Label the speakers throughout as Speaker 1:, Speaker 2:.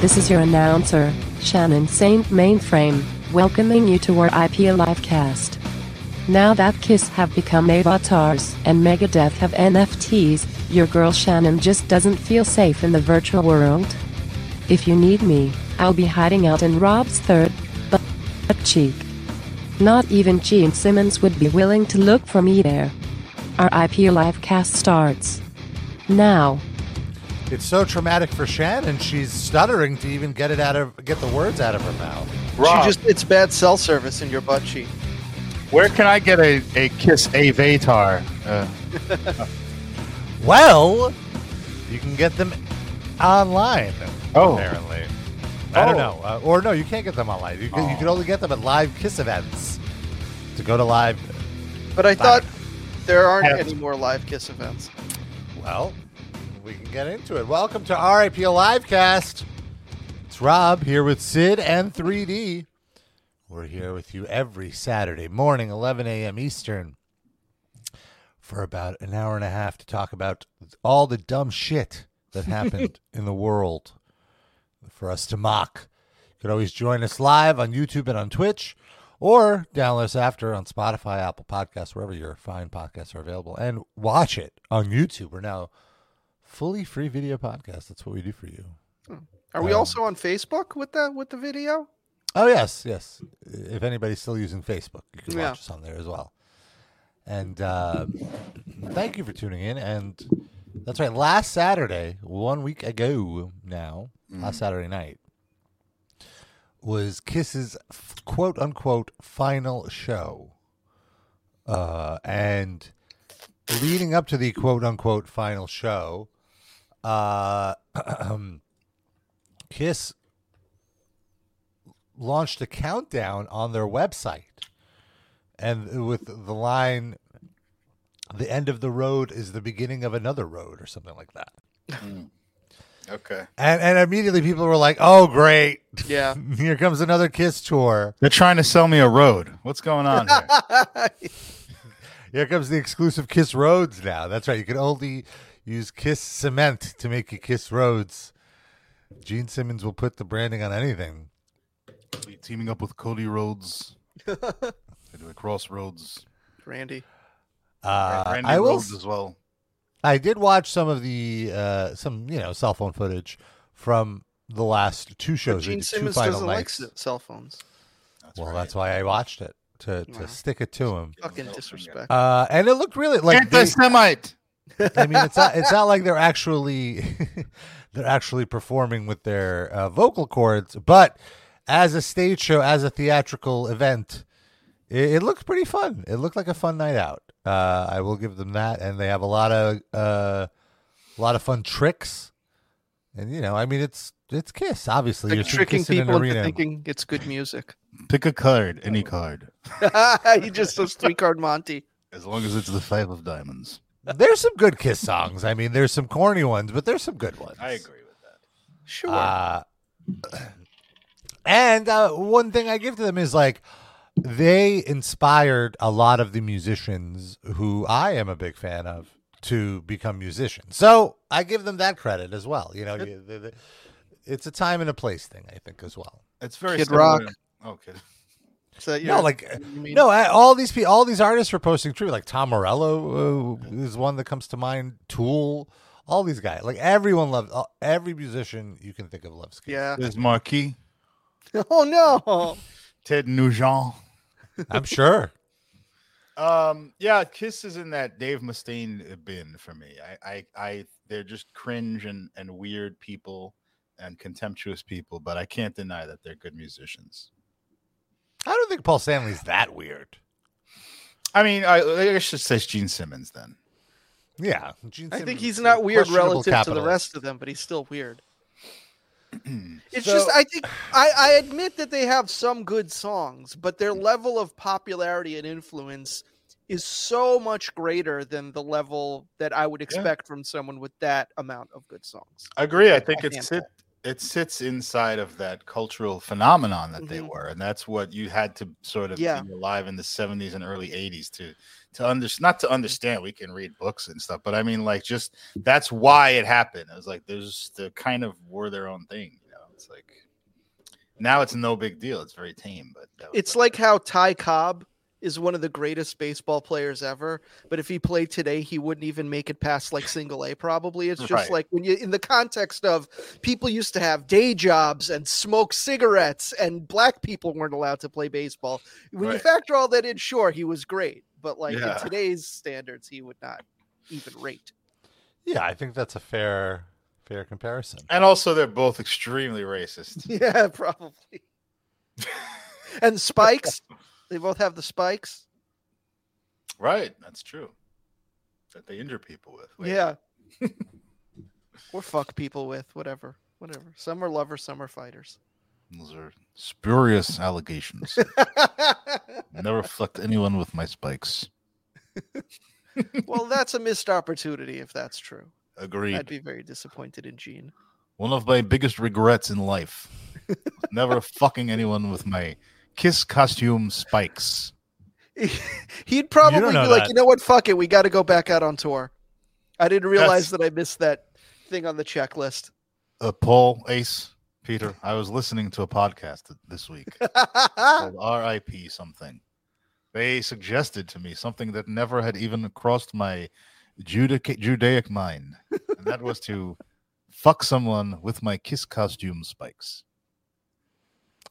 Speaker 1: This is your announcer, Shannon Saint Mainframe, welcoming you to our IP Livecast. Now that Kiss have become avatars and Megadeth have NFTs, your girl Shannon just doesn't feel safe in the virtual world. If you need me, I'll be hiding out in Rob's third butt cheek. Not even Gene Simmons would be willing to look for me there. Our IP Livecast starts. Now.
Speaker 2: It's so traumatic for Shannon. She's stuttering to even get it out of get the words out of her mouth.
Speaker 3: Rob,
Speaker 4: She just it's bad cell service in your butt cheek.
Speaker 3: where can I get a, a Kiss Avatar? Uh,
Speaker 2: Well, you can get them online.
Speaker 3: Oh.
Speaker 2: apparently. I don't
Speaker 3: Oh.
Speaker 2: know. Uh, or no, you can't get them online. You can, you
Speaker 3: Oh.
Speaker 2: can only get them at live Kiss events. To go to live,
Speaker 4: But I thought there aren't
Speaker 3: Yeah.
Speaker 4: any more live kiss events.
Speaker 2: well, we can get into it. Welcome to RIP Livecast. It's Rob here with Sid and 3D. We're here with you every Saturday morning, 11 a.m. Eastern, for about an hour and a half to talk about all the dumb shit that happened in the world for us to mock. You can always join us live on YouTube and on Twitch, or download us after on Spotify, Apple Podcasts, wherever your fine podcasts are available, and watch it on YouTube. We're now fully free video podcast. That's what we do for you.
Speaker 4: Are we
Speaker 2: Um,
Speaker 4: also on Facebook with the with the video?
Speaker 2: Oh yes, yes. If anybody's still using Facebook, you can
Speaker 4: Yeah.
Speaker 2: watch us on there as well. And uh, thank you for tuning in. And that's right. Last Saturday, one week ago now, last Saturday night was Kiss's f- quote unquote final show. Uh, and leading up to the quote unquote final show, uh, Kiss launched a countdown on their website and with the line the end of the road is the beginning of another road or something like that
Speaker 5: Okay.
Speaker 2: and and immediately people were like oh great
Speaker 4: Yeah.
Speaker 2: here comes another kiss tour
Speaker 3: they're trying to sell me a road. What's going on here?
Speaker 2: here comes the exclusive kiss roads now that's right you can only use kiss cement to make you kiss roads gene simmons will put the branding on anything
Speaker 3: Are we teaming up with Cody Rhodes. I do a Crossroads.
Speaker 4: Randy.
Speaker 2: uh,
Speaker 3: Randy
Speaker 2: i will
Speaker 3: Rhodes as well.
Speaker 2: I did watch some of the uh some you know cell phone footage from the last two
Speaker 4: But
Speaker 2: shows. they
Speaker 4: Gene
Speaker 2: did two
Speaker 4: Simmons
Speaker 2: final
Speaker 4: doesn't like
Speaker 2: nights.
Speaker 4: c- cell phones.
Speaker 2: well, that's why I watched it to to
Speaker 4: Wow.
Speaker 2: stick it to him.
Speaker 4: Fucking
Speaker 5: cell phone
Speaker 4: disrespect.
Speaker 2: Uh, and it looked really like they-
Speaker 3: Anti-Semite.
Speaker 2: I mean it's not it's not like they're actually they're actually performing with their uh, vocal cords, but as a stage show, as a theatrical event, it, it looked pretty fun. It looked like a fun night out. Uh, I will give them that, and they have a lot of uh, a lot of fun tricks. And you know, I mean, it's it's Kiss. Obviously,
Speaker 4: Like
Speaker 2: you're seeing
Speaker 4: tricking
Speaker 2: Kiss in an
Speaker 4: people into
Speaker 2: arena.
Speaker 4: thinking it's good music.
Speaker 3: Pick a card, any
Speaker 4: Oh.
Speaker 3: card,
Speaker 4: he just does three card Monty.
Speaker 3: as long as it's the five of diamonds.
Speaker 2: There's some good Kiss songs. I mean, there's some corny ones, but there's some good ones.
Speaker 5: with that.
Speaker 4: Sure.
Speaker 2: Uh, and uh, one thing I give to them is like they inspired a lot of the musicians who I am a big fan of to become musicians. So I give them that credit as well. You know, you, the, the, it's a time and a place thing, I think, as well.
Speaker 5: It's very
Speaker 4: Kid
Speaker 5: similar
Speaker 4: Rock.
Speaker 5: to-
Speaker 3: oh,
Speaker 5: Okay.
Speaker 4: Is that
Speaker 2: No,
Speaker 4: your-
Speaker 2: like uh,
Speaker 4: you mean-
Speaker 2: no, I, all these people, all these artists were posting tribute. Like Tom Morello uh, is one that comes to mind. Tool, all these guys. Like everyone loves uh, every musician you can think of loves. Kiss.
Speaker 4: Yeah.
Speaker 3: There's Marquis,
Speaker 4: Oh no.
Speaker 3: Ted Nugent.
Speaker 2: I'm sure.
Speaker 5: Um. Yeah. Kiss is in that Dave Mustaine uh, bin for me. I. I. I they're just cringe and and weird people and contemptuous people, but I can't deny that they're good musicians.
Speaker 2: I don't think Paul Stanley's that weird.
Speaker 5: I mean, I, I should say Gene Simmons then.
Speaker 2: Yeah, Gene
Speaker 4: I think
Speaker 2: Simmons
Speaker 4: he's
Speaker 2: is
Speaker 4: not weird
Speaker 2: questionable
Speaker 4: relative to the
Speaker 2: capitalist.
Speaker 4: rest of them, but he's still weird. it's just I think I, I admit that they have some good songs, but their level of popularity and influence is so much greater than the level that I would expect from someone with that amount of good songs.
Speaker 5: I agree. I think
Speaker 4: I
Speaker 5: it
Speaker 4: can't
Speaker 5: sit it sits inside of that cultural phenomenon that they
Speaker 4: Mhm.
Speaker 5: were, and that's what you had to sort of
Speaker 4: Yeah.
Speaker 5: be alive in the seventies and early eighties to to understand. Not
Speaker 4: Mm-hmm.
Speaker 5: to understand, we can read books and stuff, but I mean, like, just that's why it happened. It was like there's the kind of were their own thing, you know. It's like now it's no big deal. It's very tame, but that was
Speaker 4: It's like how Ty Cobb is one of the greatest baseball players ever, but if he played today, he wouldn't even make it past like single A probably. It's just
Speaker 5: Right.
Speaker 4: like when you in the context of people used to have day jobs and smoke cigarettes and black people weren't allowed to play baseball. When you
Speaker 5: Right.
Speaker 4: factor all that in, sure, he was great, but like
Speaker 5: Yeah.
Speaker 4: in today's standards, he would not even rate.
Speaker 2: Yeah, I think that's a fair fair comparison.
Speaker 5: and also they're both extremely racist.
Speaker 4: Yeah, probably. and spikes, they both have the spikes.
Speaker 5: right, that's true. That they injure people with. Wait,
Speaker 4: Yeah. or fuck people with whatever, whatever. Some are lovers, some are fighters.
Speaker 5: Those are spurious allegations. Never fucked anyone with my spikes.
Speaker 4: well, that's a missed opportunity if that's true.
Speaker 5: Agreed.
Speaker 4: I'd be very disappointed in Gene.
Speaker 5: One of my biggest regrets in life. Never fucking anyone with my kiss costume spikes.
Speaker 4: He'd probably
Speaker 2: know
Speaker 4: be like,
Speaker 2: that.
Speaker 4: you know what? Fuck it. We got to go back out on tour. I didn't realize
Speaker 5: That's-
Speaker 4: that I missed that thing on the checklist.
Speaker 5: Uh, Paul Ace Peter, I was listening to a podcast th- this week called R.I.P. something. They suggested to me something that never had even crossed my Judica- Judaic mind, and that was to fuck someone with my kiss costume spikes.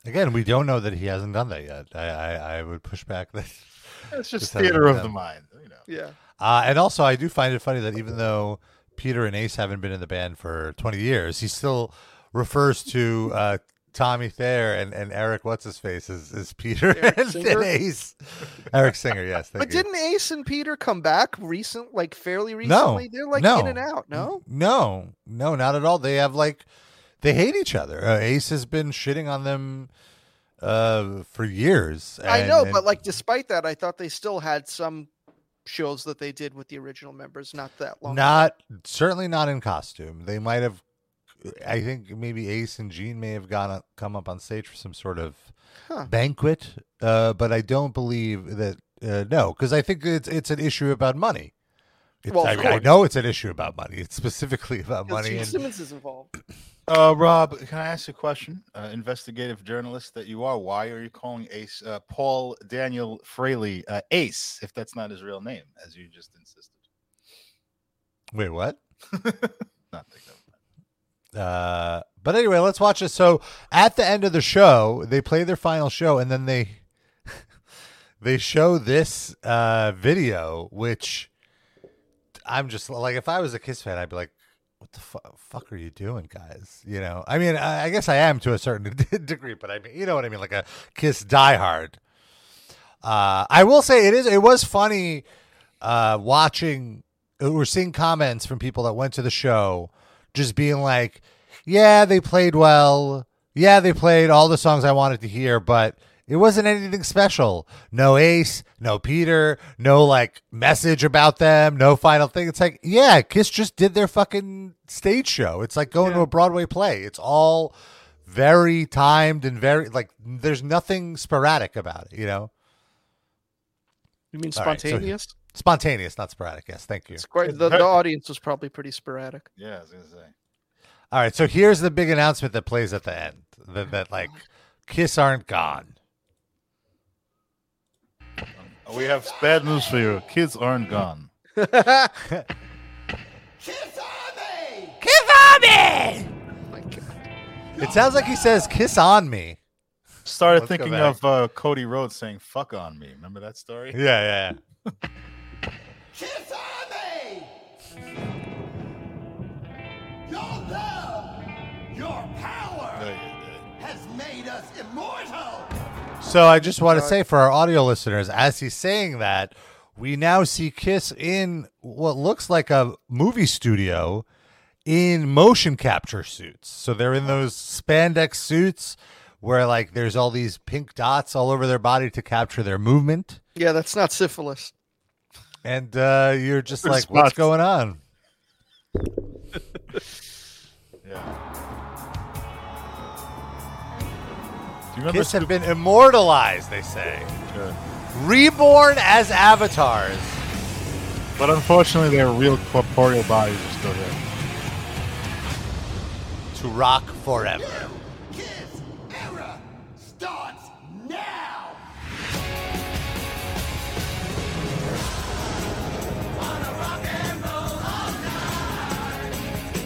Speaker 2: Again, we don't know that he hasn't done that yet. I I, I would push back that.
Speaker 5: It's just
Speaker 2: hasn't
Speaker 5: theater
Speaker 2: been
Speaker 5: of the
Speaker 2: done.
Speaker 5: mind, you know.
Speaker 4: yeah.
Speaker 2: Uh, and also, I do find it funny that even though Peter and Ace haven't been in the band for 20 years, he still refers to uh, Tommy Thayer and, and Eric, what's his face, is, is Peter
Speaker 4: Eric
Speaker 2: and,
Speaker 4: Singer?
Speaker 2: Ace. Eric Singer, yes. Thank
Speaker 4: But
Speaker 2: you.
Speaker 4: didn't Ace and Peter come back recent, like fairly recently? They're like in
Speaker 2: no.
Speaker 4: and out. No.
Speaker 2: No, no, not at all. They have like they hate each other. Uh, Ace has been shitting on them uh, for years.
Speaker 4: I
Speaker 2: and-
Speaker 4: know,
Speaker 2: and-
Speaker 4: but like despite that, I thought they still had some shows that they did with the original members not that long.
Speaker 2: not certainly not in costume. They might have. I think maybe Ace and Gene may have gone up- come up on stage for some sort of
Speaker 4: Huh.
Speaker 2: banquet, uh, but I don't believe that. Uh, no, because I think it's it's an issue about money. It's,
Speaker 4: Well, of
Speaker 2: I, mean, I
Speaker 4: course.
Speaker 2: know it's an issue about money. It's specifically about
Speaker 4: 'Cause
Speaker 2: money.
Speaker 4: Gene
Speaker 2: And,
Speaker 4: Simmons is involved.
Speaker 5: Uh, Rob, can I ask you a question? Uh, investigative journalist that you are, why are you calling Ace uh, Paul Daniel Fraley uh, Ace if that's not his real name, as you just insisted?
Speaker 2: wait, what?
Speaker 5: Not think of that.
Speaker 2: Uh, but anyway, let's watch this. So at the end of the show, they play their final show, and then they they show this uh, video, which I'm just like, if I was a Kiss fan, I'd be like, "What the fu- fuck are you doing, guys?" You know, I mean, I, I guess I am to a certain degree, but I mean, you know what I mean, like a Kiss diehard. Uh, I will say it is. It was funny uh, watching we're seeing comments from people that went to the show just being like, yeah, they played well. Yeah, they played all the songs I wanted to hear, but it wasn't anything special. No Ace, no Peter, no like message about them, no final thing. It's like, yeah, Kiss just did their fucking stage show. It's like going to a Broadway play. It's all very timed and very like there's nothing sporadic about it, you know?
Speaker 4: You mean
Speaker 2: All right, so-
Speaker 4: spontaneous?
Speaker 2: Spontaneous, not sporadic. Yes, thank you.
Speaker 4: It's quite, the, the audience was probably pretty sporadic.
Speaker 5: Yeah, I was gonna say.
Speaker 2: All right, so here's the big announcement that plays at the end that, that like Kiss aren't gone.
Speaker 5: Uh, We have bad news for you. Kids aren't gone.
Speaker 2: Kiss on me! It sounds like he says "kiss on me."
Speaker 5: Started
Speaker 2: Let's go
Speaker 5: thinking
Speaker 2: back.
Speaker 5: of uh, Cody Rhodes saying "fuck on me." Remember that story?
Speaker 2: Yeah, yeah.
Speaker 6: Your love, your power
Speaker 5: Uh,
Speaker 6: has made us immortal.
Speaker 2: So I just want to say for our audio listeners, as he's saying that, we now see Kiss in what looks like a movie studio in motion capture suits. So they're in those spandex suits where like there's all these pink dots all over their body to capture their movement.
Speaker 4: Yeah, that's not syphilis.
Speaker 2: And uh, you're just
Speaker 5: There's
Speaker 2: like, what's
Speaker 5: spots.
Speaker 2: going on?
Speaker 5: Yeah. Do you remember?
Speaker 2: Kiss have been immortalized, they say.
Speaker 5: uh,
Speaker 2: Reborn as avatars.
Speaker 5: but unfortunately, their real corporeal bodies are still there.
Speaker 2: to rock forever.
Speaker 6: Kiss era starts now.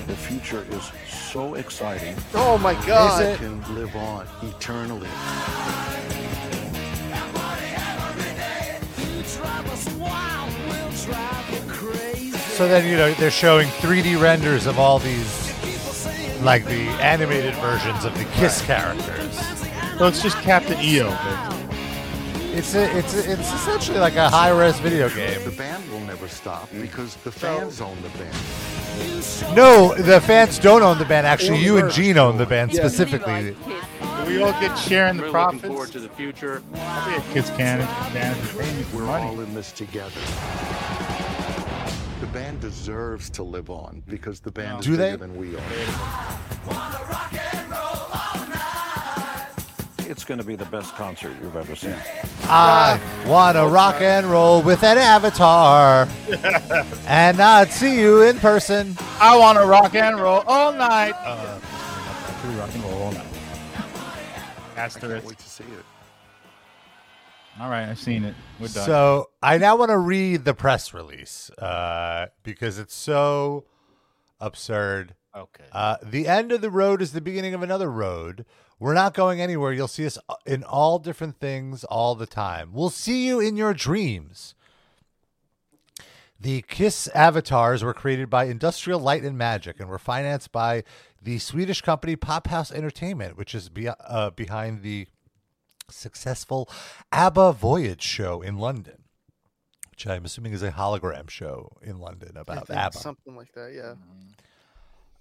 Speaker 7: The future is so exciting.
Speaker 4: Oh my God.
Speaker 7: It can live on eternally.
Speaker 2: So then, you know, they're showing 3D renders of all these, like the animated versions of the Kiss characters.
Speaker 5: Well, it's just Captain EO. but-
Speaker 2: It's a, it's a, it's essentially like a high-res video
Speaker 7: The
Speaker 2: game.
Speaker 7: band will never stop because the fans own the band.
Speaker 2: No, the fans don't own the band. Actually, you and Gene own the band specifically.
Speaker 5: Do we all get sharing the
Speaker 8: We're
Speaker 5: profits?
Speaker 8: looking forward to the future.
Speaker 5: Kids can. can if
Speaker 7: We're
Speaker 5: We're money.
Speaker 7: all in this together. The band deserves to live on because the band is
Speaker 2: Do
Speaker 7: bigger
Speaker 2: they?
Speaker 7: than we are.
Speaker 9: It's going to be the best concert you've ever seen.
Speaker 2: I wanna rock and roll with an avatar, and I'd see you in person.
Speaker 5: I want to rock and roll all night. Uh, we rock and roll all night.
Speaker 7: Can't
Speaker 5: Asterisk.
Speaker 7: wait to see it.
Speaker 5: All right, I've seen it. We're done.
Speaker 2: So I now want to read the press release uh, because it's so absurd.
Speaker 5: okay.
Speaker 2: Uh, the end of the road is the beginning of another road. We're not going anywhere. You'll see us in all different things all the time. We'll see you in your dreams. The Kiss avatars were created by Industrial Light and Magic and were financed by the Swedish company Pop House Entertainment, which is be- uh, behind the successful ABBA Voyage show in London, which I'm assuming is a hologram show in London
Speaker 4: I
Speaker 2: about
Speaker 4: think
Speaker 2: ABBA.
Speaker 4: Something like that, yeah.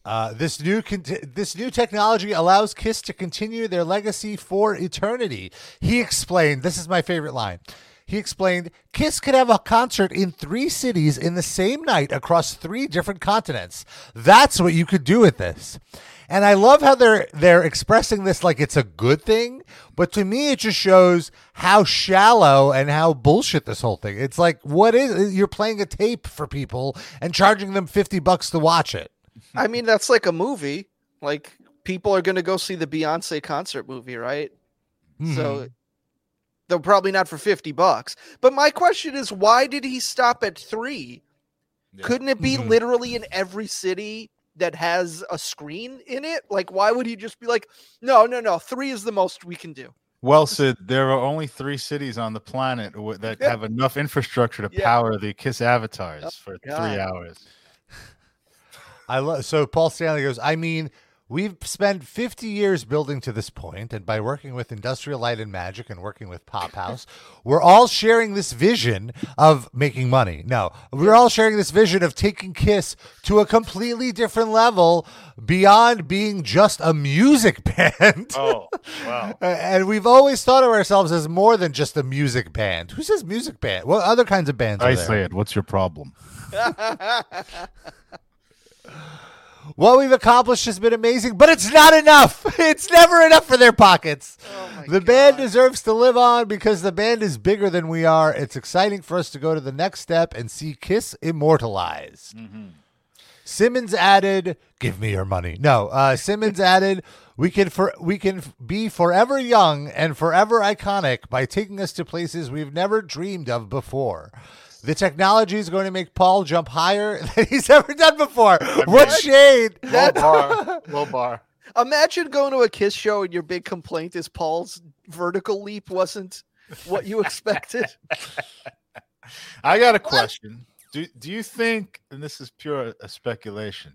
Speaker 2: Uh, this new con- this new technology allows Kiss to continue their legacy for eternity. He explained, "This is my favorite line." He explained, "Kiss could have a concert in three cities in the same night across three different continents. That's what you could do with this." And I love how they're they're expressing this like it's a good thing, but to me it just shows how shallow and how bullshit this whole thing. It's like what is you're playing a tape for people and charging them 50 bucks to watch it.
Speaker 4: I mean, that's like a movie. Like people are going to go see the Beyonce concert movie, right?
Speaker 5: Hmm.
Speaker 4: So they're probably not for 50 bucks. But my question is, why did he stop at three? Couldn't it be
Speaker 5: Mm-hmm.
Speaker 2: Mhm.
Speaker 4: literally in every city that has a screen in it? Like, why would he just be like, no, no, no, three is the most we can do?
Speaker 5: Well, Sid, there are only three cities on the planet w- that have enough infrastructure to
Speaker 4: Yeah.
Speaker 5: power the Kiss avatars for
Speaker 4: God.
Speaker 5: three hours.
Speaker 2: I love so Paul Stanley goes, I mean, we've spent 50 years building to this point, and by working with Industrial Light and Magic and working with Pop House, we're all sharing this vision of making money. No, we're all sharing this vision of taking Kiss to a completely different level beyond being just a music band.
Speaker 5: Oh, wow.
Speaker 2: Uh, and we've always thought of ourselves as more than just a music band. Who says music band? What other kinds of bands
Speaker 5: I
Speaker 2: are there?
Speaker 5: say it. What's your problem?
Speaker 2: What we've accomplished has been amazing, but it's not enough. It's never enough for their pockets. the band deserves to live on because the band is bigger than we are. It's exciting for us to go to the next step and see Kiss immortalized. Simmons added, "Give me your money." No, uh, Simmons added, "We can for we can f- be forever young and forever iconic by taking us to places we've never dreamed of before." The technology is going to make Paul jump higher than he's ever done before. what shade?
Speaker 5: Low bar. Low bar.
Speaker 4: Imagine going to a Kiss show and your big complaint is Paul's vertical leap wasn't what you expected.
Speaker 5: I got a question. Do do you think, and this is pure uh, speculation,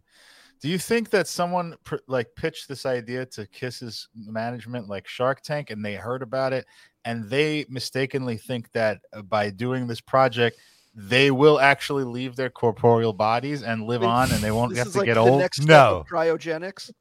Speaker 5: do you think that someone pr- like pitched this idea to Kiss's management, like Shark Tank, and they heard about it, and they mistakenly think that uh, by doing this project, they will actually leave their corporeal bodies and live on, and they won't
Speaker 4: This
Speaker 5: have
Speaker 4: is
Speaker 5: to
Speaker 4: like
Speaker 5: get
Speaker 4: the
Speaker 5: old.
Speaker 4: Next step of
Speaker 2: No.
Speaker 4: cryogenics.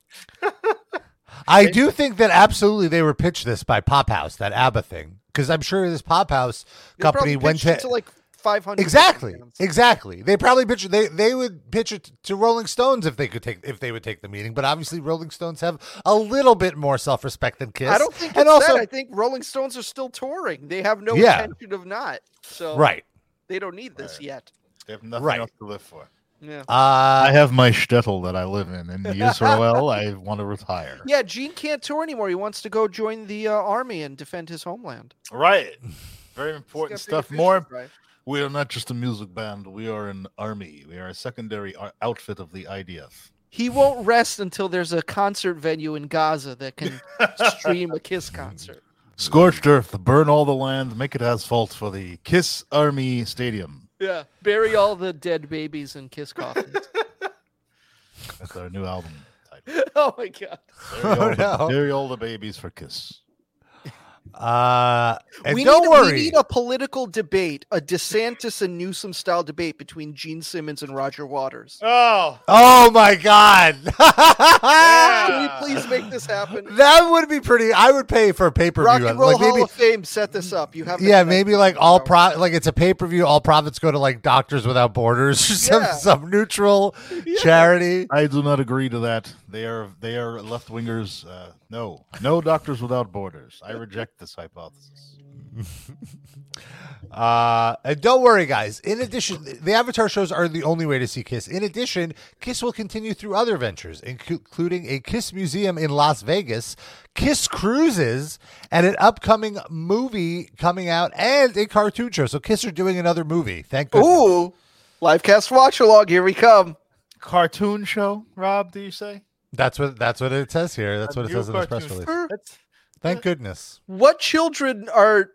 Speaker 2: I do think that absolutely they were pitched this by Pop House, that ABBA thing, because I'm sure this Pop House
Speaker 4: They
Speaker 2: company
Speaker 4: probably
Speaker 2: went to,
Speaker 4: pitched it to like 500 different
Speaker 2: exactly,
Speaker 4: bands.
Speaker 2: exactly. They probably pitched they they would pitch it to Rolling Stones if they could take if they would take the meeting, but obviously Rolling Stones have a little bit more self respect than Kiss.
Speaker 4: I don't think it's
Speaker 2: and also
Speaker 4: that. I think Rolling Stones are still touring. They have no
Speaker 2: Yeah.
Speaker 4: intention of not. So
Speaker 2: right.
Speaker 4: they don't need this yet.
Speaker 5: They have nothing
Speaker 2: Right.
Speaker 5: else to live for.
Speaker 4: Yeah.
Speaker 2: Uh,
Speaker 5: I have my shtetl that I live in in Israel. I want to retire.
Speaker 4: Yeah, Gene can't tour anymore. He wants to go join the uh, army and defend his homeland.
Speaker 5: Right. Very important
Speaker 4: He's got
Speaker 5: stuff.
Speaker 4: bigger fish to
Speaker 5: More.
Speaker 4: fry.
Speaker 5: We are not just a music band. We are an army. We are a secondary ar- outfit of the IDF.
Speaker 4: He won't rest until there's a concert venue in Gaza that can stream a Kiss concert.
Speaker 5: Scorched earth, burn all the land, make it asphalt for the Kiss Army Stadium.
Speaker 4: Yeah, bury all the dead babies in Kiss coffins.
Speaker 5: That's our new album title.
Speaker 4: oh my god.
Speaker 5: Bury all,
Speaker 2: no.
Speaker 5: the, bury all the babies for Kiss.
Speaker 2: uh, and
Speaker 4: we
Speaker 2: don't
Speaker 4: need,
Speaker 2: worry.
Speaker 4: We need a political debate, a DeSantis and Newsom style debate between Gene Simmons and Roger Waters.
Speaker 3: Oh,
Speaker 2: oh my god. Ah!
Speaker 4: Can we please make this happen?
Speaker 2: That would be pretty. I would pay for a pay per
Speaker 4: Rock
Speaker 2: view.
Speaker 4: and Roll
Speaker 2: Like
Speaker 4: Hall
Speaker 2: maybe,
Speaker 4: of Fame set this up. You have the
Speaker 2: yeah,
Speaker 4: connections
Speaker 2: maybe like
Speaker 4: to
Speaker 2: all
Speaker 4: Rock.
Speaker 2: pro, like it's a pay per view. All profits go to like Doctors Without Borders, or some
Speaker 4: Yeah.
Speaker 2: some neutral charity.
Speaker 5: I do not agree to that. They are they are left wingers. Uh, no, no doctors without borders. I reject this hypothesis.
Speaker 2: Uh, and don't worry, guys. In addition, the Avatar shows are the only way to see Kiss. In addition, Kiss will continue through other ventures, inc- including a Kiss museum in Las Vegas, Kiss cruises, and an upcoming movie coming out, and a cartoon show. So Kiss are doing another movie. Thank goodness.
Speaker 4: Ooh, live cast watch along. Here we come.
Speaker 5: Cartoon show, Rob? Do you say?
Speaker 2: That's what that's what it says here. That's what it
Speaker 5: New
Speaker 2: says in this press
Speaker 5: cartoon.
Speaker 2: release.
Speaker 5: That's-
Speaker 2: Thank goodness.
Speaker 4: What children are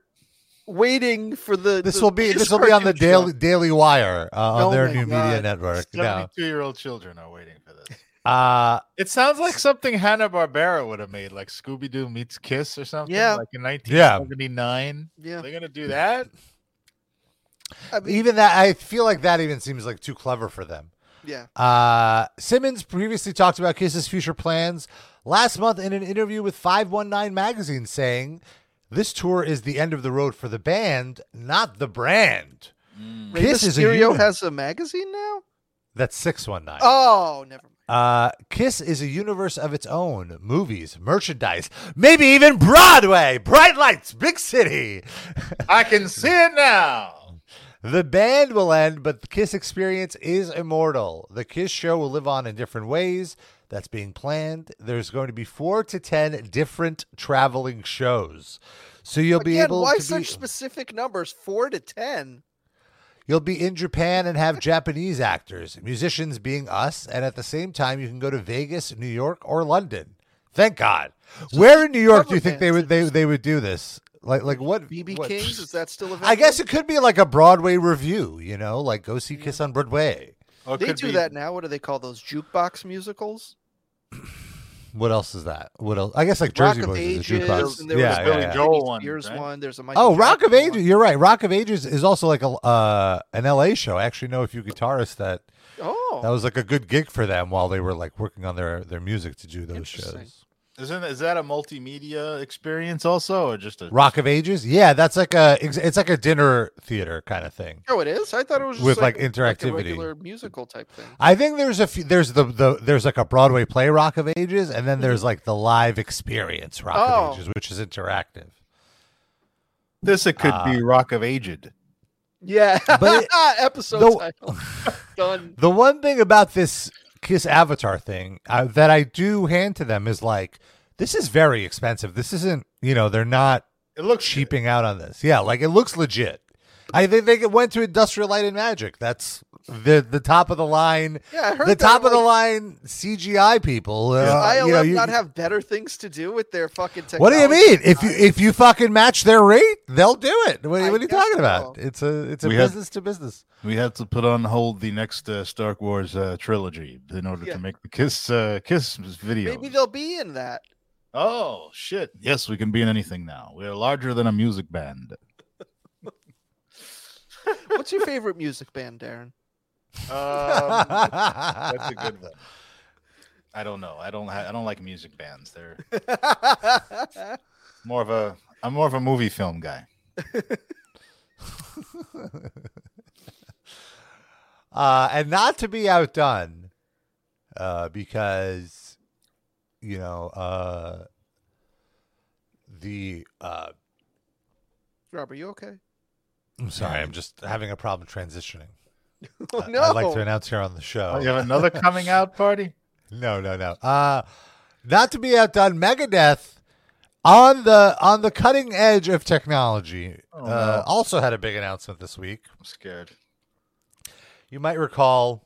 Speaker 4: waiting for the?
Speaker 2: This
Speaker 4: the
Speaker 2: will be
Speaker 4: Kiss
Speaker 2: this will be on the
Speaker 4: cartoon show?
Speaker 2: Daily Daily Wire uh, on
Speaker 4: Oh
Speaker 2: their
Speaker 4: my
Speaker 2: new media
Speaker 4: God.
Speaker 2: network. No.
Speaker 5: Seventy-two-year-old children are waiting for this.
Speaker 2: Uh
Speaker 5: It sounds like something Hanna Barbera would have made, like Scooby Doo meets Kiss or something.
Speaker 4: Yeah.
Speaker 5: like in
Speaker 2: Yeah.
Speaker 5: nineteen seventy-nine.
Speaker 4: Yeah,
Speaker 5: They're gonna do that.
Speaker 4: I mean,
Speaker 2: even that I feel like that even seems like too clever for them.
Speaker 4: yeah.
Speaker 2: Uh, Simmons previously talked about Kiss's future plans last month in an interview with 519 Magazine, saying, This tour is the end of the road for the band, not the brand.
Speaker 4: Rey
Speaker 2: Kiss is a
Speaker 4: Mysterio
Speaker 2: unit.
Speaker 4: has a magazine now.
Speaker 2: That's 619.
Speaker 4: Oh, never mind.
Speaker 2: Uh, Kiss is a universe of its own movies, merchandise, maybe even Broadway, bright lights, big city.
Speaker 5: I can see it now.
Speaker 2: The band will end, but the Kiss experience is immortal. The Kiss show will live on in different ways. That's being planned. There's going to be four to ten different traveling shows, so you'll be
Speaker 4: Again,
Speaker 2: able
Speaker 4: why
Speaker 2: to
Speaker 4: such
Speaker 2: be
Speaker 4: specific numbers? Four to ten.
Speaker 2: you'll be in Japan and have Japanese actors, musicians being us, and at the same time you can go to Vegas, New York, or London. Thank God. Where in New York do you
Speaker 4: cover
Speaker 2: think they
Speaker 4: bands
Speaker 2: would they they would do this? Like like what
Speaker 4: BB
Speaker 2: what-
Speaker 4: Kings is that still available?
Speaker 2: I guess it could be like a Broadway review, you know, like go see Kiss on Broadway.
Speaker 5: Or it
Speaker 4: they
Speaker 5: could
Speaker 4: do
Speaker 5: be-
Speaker 4: that now. What do they call those jukebox musicals?
Speaker 2: What else is that? What else? I guess like Jersey
Speaker 4: Rock of
Speaker 2: Boys is a
Speaker 4: Ages,
Speaker 2: jukebox.
Speaker 4: and
Speaker 2: Yeah,
Speaker 4: there
Speaker 2: yeah,
Speaker 4: was a
Speaker 5: Billy
Speaker 2: yeah.
Speaker 5: Joel
Speaker 4: Britney
Speaker 5: one,
Speaker 4: Spears
Speaker 5: right?
Speaker 4: one. There's a Michael
Speaker 2: Oh, Rock of
Speaker 4: Jackson
Speaker 2: Ages.
Speaker 4: one.
Speaker 2: You're right. Rock of Ages is also like a uh, an LA show. I actually know a few guitarists that
Speaker 4: Oh,
Speaker 2: that was like a good gig for them while they were like working on their their music to do those
Speaker 4: Interesting.
Speaker 2: shows.
Speaker 5: Isn't is that a multimedia experience also, or just a
Speaker 2: Rock of Ages. Yeah, that's like a ex- it's like a dinner theater kind of thing.
Speaker 4: Oh, it is. I thought it was just
Speaker 2: With, like,
Speaker 4: a-
Speaker 2: interactivity.
Speaker 4: a regular musical type thing.
Speaker 2: I think there's a few, there's the, the there's like a Broadway play Rock of Ages, and then there's like the live experience Rock
Speaker 4: Mm-hmm. Oh.
Speaker 2: of Ages, which is interactive.
Speaker 5: This it could be Rock of Aged.
Speaker 4: Yeah,
Speaker 2: But it-
Speaker 4: episode
Speaker 2: though-
Speaker 4: title done.
Speaker 2: The one thing about this Kiss Avatar thing uh, that I do hand to them is like, this is very expensive. This isn't, you know, they're not
Speaker 5: It looks
Speaker 2: cheaping out on this. Yeah, like it looks legit. I think they went to Industrial Light and Magic. That's the the top of the line.
Speaker 4: Yeah, I heard
Speaker 2: the
Speaker 4: that,
Speaker 2: top of the
Speaker 4: like-
Speaker 2: line CGI people. Uh,
Speaker 4: ILM
Speaker 2: you know, you-
Speaker 4: not have better things to do with their fucking technology.
Speaker 2: what do you mean? If you if you fucking match their rate, they'll do it. What,
Speaker 4: I
Speaker 2: what are you
Speaker 4: guess
Speaker 2: talking about?
Speaker 4: so.
Speaker 2: It's a it's a
Speaker 5: We have-
Speaker 2: business to business.
Speaker 5: We had to put on hold the next uh, Star Wars uh, trilogy in order
Speaker 4: Yeah.
Speaker 5: to make the Kiss uh, Kiss video.
Speaker 4: Maybe they'll be in that.
Speaker 5: Oh shit! Yes, we can be in anything now. We are larger than a music band.
Speaker 4: What's your favorite music band, Darren?
Speaker 5: Um,
Speaker 4: Um,
Speaker 5: that's a good one. I don't know. I don't. Ha- I don't like music bands. They're more of a. I'm more of a movie film guy.
Speaker 2: Uh, and not to be outdone, uh, because you know uh, the. Uh,
Speaker 4: Robert, you okay?
Speaker 2: I'm sorry, I'm just having a problem transitioning.
Speaker 4: Oh, no.
Speaker 2: I'd like to announce here on the show.
Speaker 5: Oh, you have another coming out party?
Speaker 2: No, no, no. Uh not to be outdone, Megadeth on the on the cutting edge of technology uh, also had a big announcement this week.
Speaker 5: I'm scared.
Speaker 2: You might recall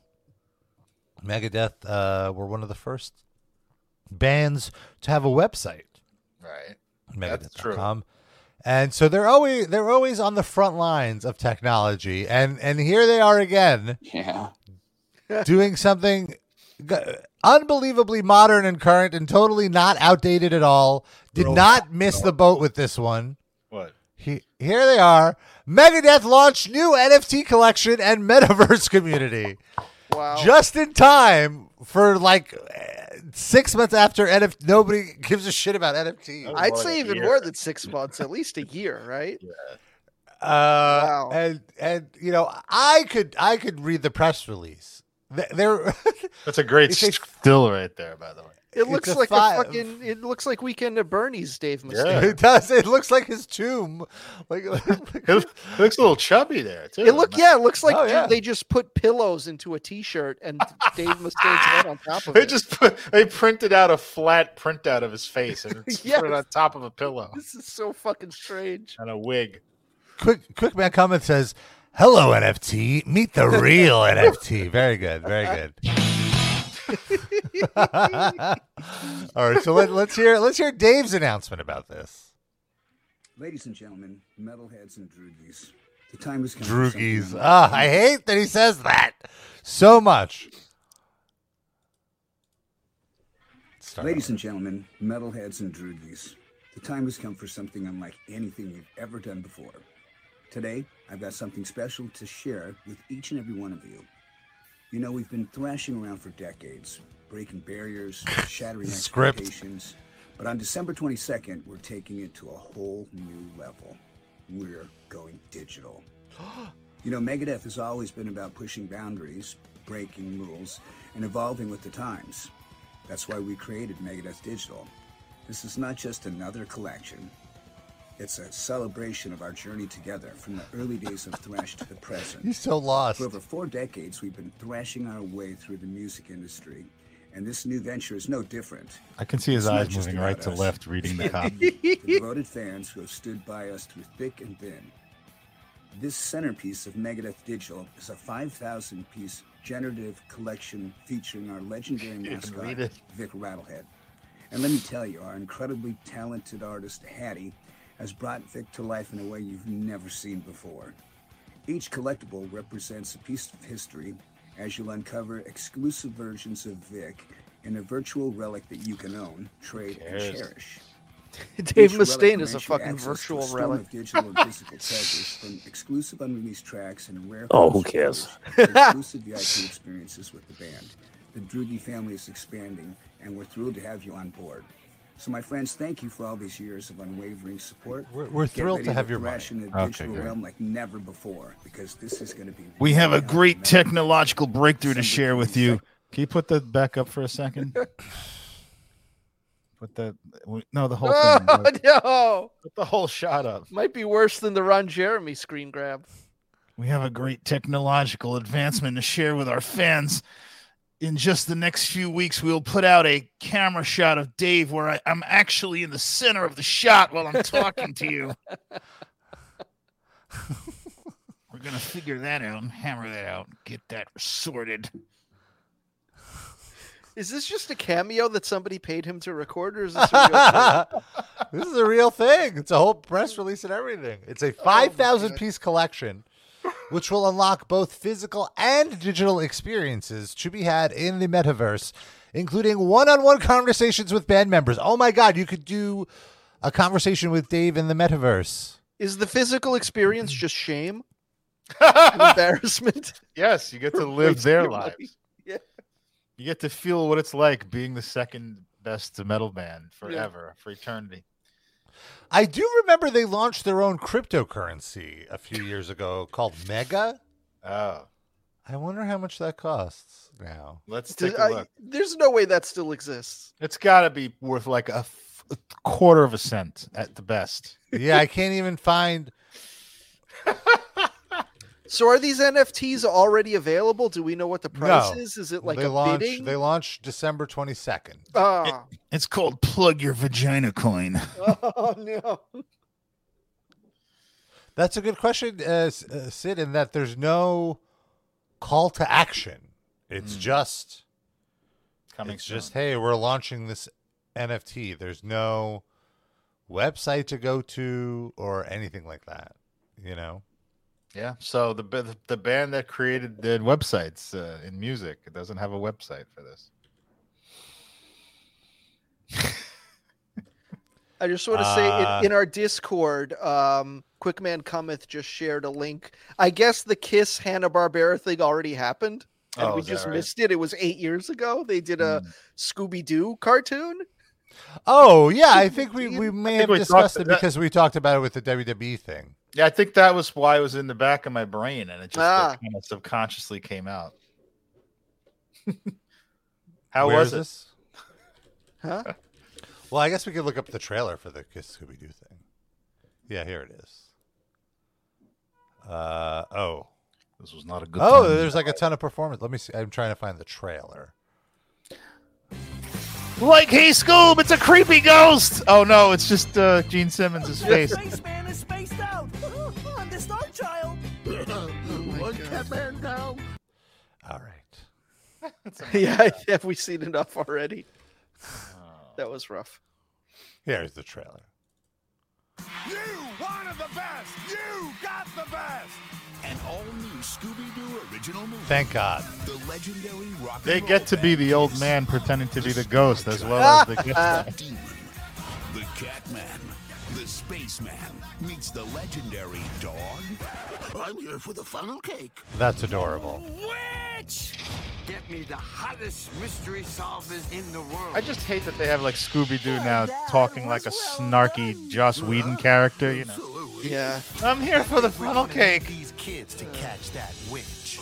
Speaker 2: Megadeth uh, were one of the first bands to have a website,
Speaker 5: Right. That's true.
Speaker 2: Megadeth.com. And so they're always they're always on the front lines of technology, and and here they are again
Speaker 8: Yeah.
Speaker 2: doing something g- unbelievably modern and current and totally not outdated at all. Did not miss the boat with this one.
Speaker 5: What?
Speaker 2: He, here they are. Megadeth launched new NFT collection and metaverse community
Speaker 4: wow.
Speaker 2: just in time for like eh, six months after NFT. Nobody gives a shit about NFT.
Speaker 4: I'd
Speaker 5: More than
Speaker 4: say
Speaker 5: a
Speaker 4: even
Speaker 5: year.
Speaker 4: more than six months, at least a year, right?
Speaker 2: Uh,
Speaker 4: Wow.
Speaker 2: And and you know I could I could read the press release. Th- There,
Speaker 5: That's a great
Speaker 2: It's a-
Speaker 5: still right there, by the way.
Speaker 4: It looks
Speaker 2: a
Speaker 4: like
Speaker 2: five.
Speaker 4: a fucking. It looks like Weekend at Bernie's, Dave Mustaine.
Speaker 5: Yeah.
Speaker 2: it does. It looks like his tomb. Like
Speaker 5: It looks- it looks a little chubby there, too.
Speaker 4: It look, yeah, it looks like
Speaker 2: Oh,
Speaker 4: ju-
Speaker 2: yeah.
Speaker 4: they just put pillows into a T-shirt and Dave Mustaine's head on top of
Speaker 5: They
Speaker 4: it.
Speaker 5: just put, they printed out a flat printout of his face and
Speaker 4: Yes.
Speaker 5: put it on top of a pillow
Speaker 4: this is so fucking strange.
Speaker 5: and a wig.
Speaker 2: Quick, quick man comment says, "Hello NFT, meet the real NFT." Very good, very good. All right, so let, let's hear let's hear Dave's announcement about this.
Speaker 10: Ladies and gentlemen, metalheads and droogies, the time is coming. for something
Speaker 2: Droogies,
Speaker 10: un-
Speaker 2: ah, I hate that he says that so much. Start
Speaker 10: Ladies and gentlemen, metalheads and droogies, the time has come for something unlike anything you've ever done before. Today, I've got something special to share with each and every one of you. You know, we've been thrashing around for decades, breaking barriers, shattering
Speaker 2: Script.
Speaker 10: expectations. But on December 22nd, we're taking it to a whole new level. We're going digital. You know, Megadeth has always been about pushing boundaries, breaking rules, and evolving with the times. That's why we created Megadeth Digital. This is not just another collection. It's a celebration of our journey together from the early days of thrash to the present.
Speaker 2: He's so lost.
Speaker 10: For over four decades, we've been thrashing our way through the music industry, and this new venture is no different.
Speaker 5: I can see his
Speaker 10: It's not
Speaker 5: eyes
Speaker 10: just
Speaker 5: moving
Speaker 10: about
Speaker 5: right to
Speaker 10: us.
Speaker 5: left, reading the copy.
Speaker 10: The devoted fans who have stood by us through thick and thin. This centerpiece of Megadeth Digital is a 5,000 piece generative collection featuring our legendary mascot,
Speaker 5: read it.
Speaker 10: Vic Rattlehead. And let me tell you, our incredibly talented artist, Hattie, has brought Vic to life in a way you've never seen before. Each collectible represents a piece of history as you'll uncover exclusive versions of Vic in a virtual relic that you can own, trade, and
Speaker 5: cares?
Speaker 10: cherish.
Speaker 4: Dave
Speaker 10: Each relic
Speaker 4: Mustaine is a
Speaker 10: grants you
Speaker 4: fucking
Speaker 10: access to a
Speaker 4: virtual
Speaker 10: storm
Speaker 4: relic.
Speaker 10: of digital and physical treasures from exclusive unreleased tracks and rare.
Speaker 9: Oh, who
Speaker 10: concerts to exclusive VIP experiences with the band. The Droogie family is expanding, and we're thrilled to have you on board. So, my friends, thank you for all these years of unwavering support.
Speaker 2: We're- we're
Speaker 10: Get
Speaker 2: thrilled
Speaker 10: ready
Speaker 2: to have your
Speaker 10: thrash in the
Speaker 5: Okay,
Speaker 10: digital
Speaker 5: great.
Speaker 10: realm like never before, because this is going to be.
Speaker 5: We have a
Speaker 10: really
Speaker 5: great
Speaker 10: unmatched.
Speaker 5: technological breakthrough to share with you. Can you put that back up for a second? put that no, the whole thing.
Speaker 4: Oh no!
Speaker 5: Put the whole shot up.
Speaker 4: Might be worse than the Ron Jeremy screen grab.
Speaker 5: We have a great technological advancement to share with our fans. In just the next few weeks, we'll put out a camera shot of Dave where I, I'm actually in the center of the shot while I'm talking to you. We're going to figure that out and hammer that out and get that sorted.
Speaker 4: Is this just a cameo that somebody paid him to record, or is this a real thing?
Speaker 2: this is a real thing. It's a whole press release and everything. It's a 5,000 piece collection, which will unlock both physical and digital experiences to be had in the metaverse, including one on one conversations with band members. Oh my God, you could do a conversation with Dave in the metaverse.
Speaker 4: Is the physical experience just shame? And embarrassment?
Speaker 5: Yes, you get to
Speaker 4: live their lives. Yeah.
Speaker 5: You get to feel what it's like being the second best metal band
Speaker 4: forever,
Speaker 5: for eternity.
Speaker 2: I do remember they launched their own cryptocurrency a few years ago called Mega.
Speaker 5: Oh,
Speaker 2: I wonder how much that costs now.
Speaker 5: let's
Speaker 4: Do- I- there's no way that still exists.
Speaker 5: It's got to be worth like a, f- a quarter of a cent at the best.
Speaker 2: Yeah, I can't even find
Speaker 4: So are these NFTs already available? Do we know what the price is? Is it like
Speaker 2: they
Speaker 4: a
Speaker 2: launch
Speaker 4: bidding?
Speaker 2: they launch December 22nd.
Speaker 4: Ah.
Speaker 3: It's called plug your vagina coin.
Speaker 4: oh no.
Speaker 2: That's a good question, uh, S- uh, Sid, in that there's no call to action.
Speaker 4: Hmm.
Speaker 2: It's just
Speaker 5: Coming
Speaker 2: it's
Speaker 5: soon.
Speaker 4: uh,
Speaker 2: just hey, we're launching this NFT. There's no website to go to or anything like that, you know.
Speaker 5: yeah. So the ba- the band that created the websites uh, in music it doesn't have a website for this.
Speaker 4: I just want to say
Speaker 2: Uh,
Speaker 4: in, in our Discord, um, Quickman Cometh just shared a link. I guess the Kiss Hanna Barbera thing already happened, and
Speaker 5: Oh,
Speaker 4: we
Speaker 5: is that
Speaker 4: just
Speaker 5: right?
Speaker 4: missed it. It was eight years ago. They did a Scooby Doo cartoon.
Speaker 2: Oh, yeah, I think we, we may have
Speaker 5: we talked
Speaker 2: discussed it
Speaker 5: about-
Speaker 2: because we talked about it with the WWE thing.
Speaker 5: Yeah, I think that was why it was in the back of my brain, and it just
Speaker 4: Ah.
Speaker 5: kind of subconsciously came out. How
Speaker 2: Where
Speaker 5: was
Speaker 2: is
Speaker 5: it?
Speaker 2: this?
Speaker 4: Huh?
Speaker 2: Well, I guess we could look up the trailer for the Kiss Scooby Doo thing. Yeah, here it is. Uh oh.
Speaker 5: This was not a good.
Speaker 2: Oh,
Speaker 5: time.
Speaker 2: there's like a ton of performance. Let me see. I'm trying to find the trailer.
Speaker 5: like, hey, Scoob, it's a creepy ghost. Oh no, it's just uh, Gene Simmons' face.
Speaker 8: Spaceman is spaced out. I'm the Star Child.
Speaker 7: One cat man down.
Speaker 2: All right.
Speaker 4: yeah, I- have we seen enough already? that was rough.
Speaker 2: Here's the trailer.
Speaker 6: You wanted the best. You got the best.
Speaker 8: An all-new Scooby-Doo original movie.
Speaker 2: Thank God.
Speaker 8: The legendary rock. and
Speaker 5: They
Speaker 8: roll
Speaker 5: get to be
Speaker 8: band
Speaker 5: the old
Speaker 8: Kiss,
Speaker 5: man pretending to be the ghost as well as the
Speaker 8: the
Speaker 5: ghost.
Speaker 8: Demon, the Catman, the Spaceman meets the legendary dog.
Speaker 7: I'm here for the funnel cake.
Speaker 2: That's adorable.
Speaker 8: Witch!
Speaker 6: Get me the hottest mystery solvers in the world.
Speaker 5: I just hate that they have like Scooby Doo now talking like a snarky Joss Whedon character. You know,
Speaker 4: Yeah.
Speaker 5: I'm here for the funnel cake.
Speaker 6: these kids to catch that witch.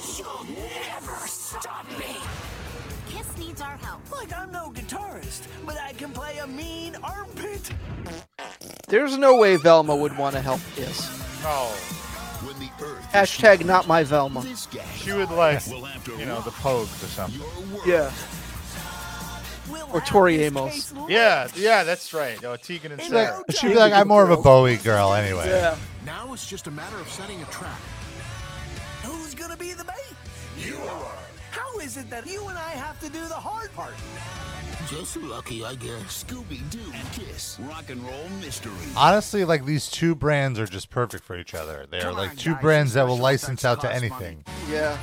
Speaker 11: Kiss needs our help.
Speaker 8: Like I'm no guitarist, but I can play a mean armpit.
Speaker 4: There's no way Velma would want to help Kiss.
Speaker 5: Oh,
Speaker 8: When the Earth is
Speaker 4: Hashtag not my Velma.
Speaker 8: this guy,
Speaker 5: she would like
Speaker 8: we'll have to
Speaker 5: you know
Speaker 8: rock
Speaker 5: the Pogues or something.
Speaker 8: your world.
Speaker 4: Yeah. Or Tori Amos.
Speaker 5: Yeah, yeah, that's right. Oh, Tegan and Sarah.
Speaker 2: She'd be like, I'm more of a Bowie girl anyway.
Speaker 7: Now it's just a matter of setting a trap.
Speaker 8: Who's gonna be the bait? You are. How is it that you and I have to do the hard part?
Speaker 7: Just lucky, I guess.
Speaker 8: Scooby Doo and Kiss. Rock and roll mystery.
Speaker 2: Honestly, like these two brands are just perfect for each other. They are
Speaker 7: Come
Speaker 2: like
Speaker 7: on,
Speaker 2: two
Speaker 7: guys,
Speaker 2: brands that will
Speaker 7: special
Speaker 2: license
Speaker 7: effects
Speaker 2: out to
Speaker 7: cost money.
Speaker 2: anything.
Speaker 4: Yeah.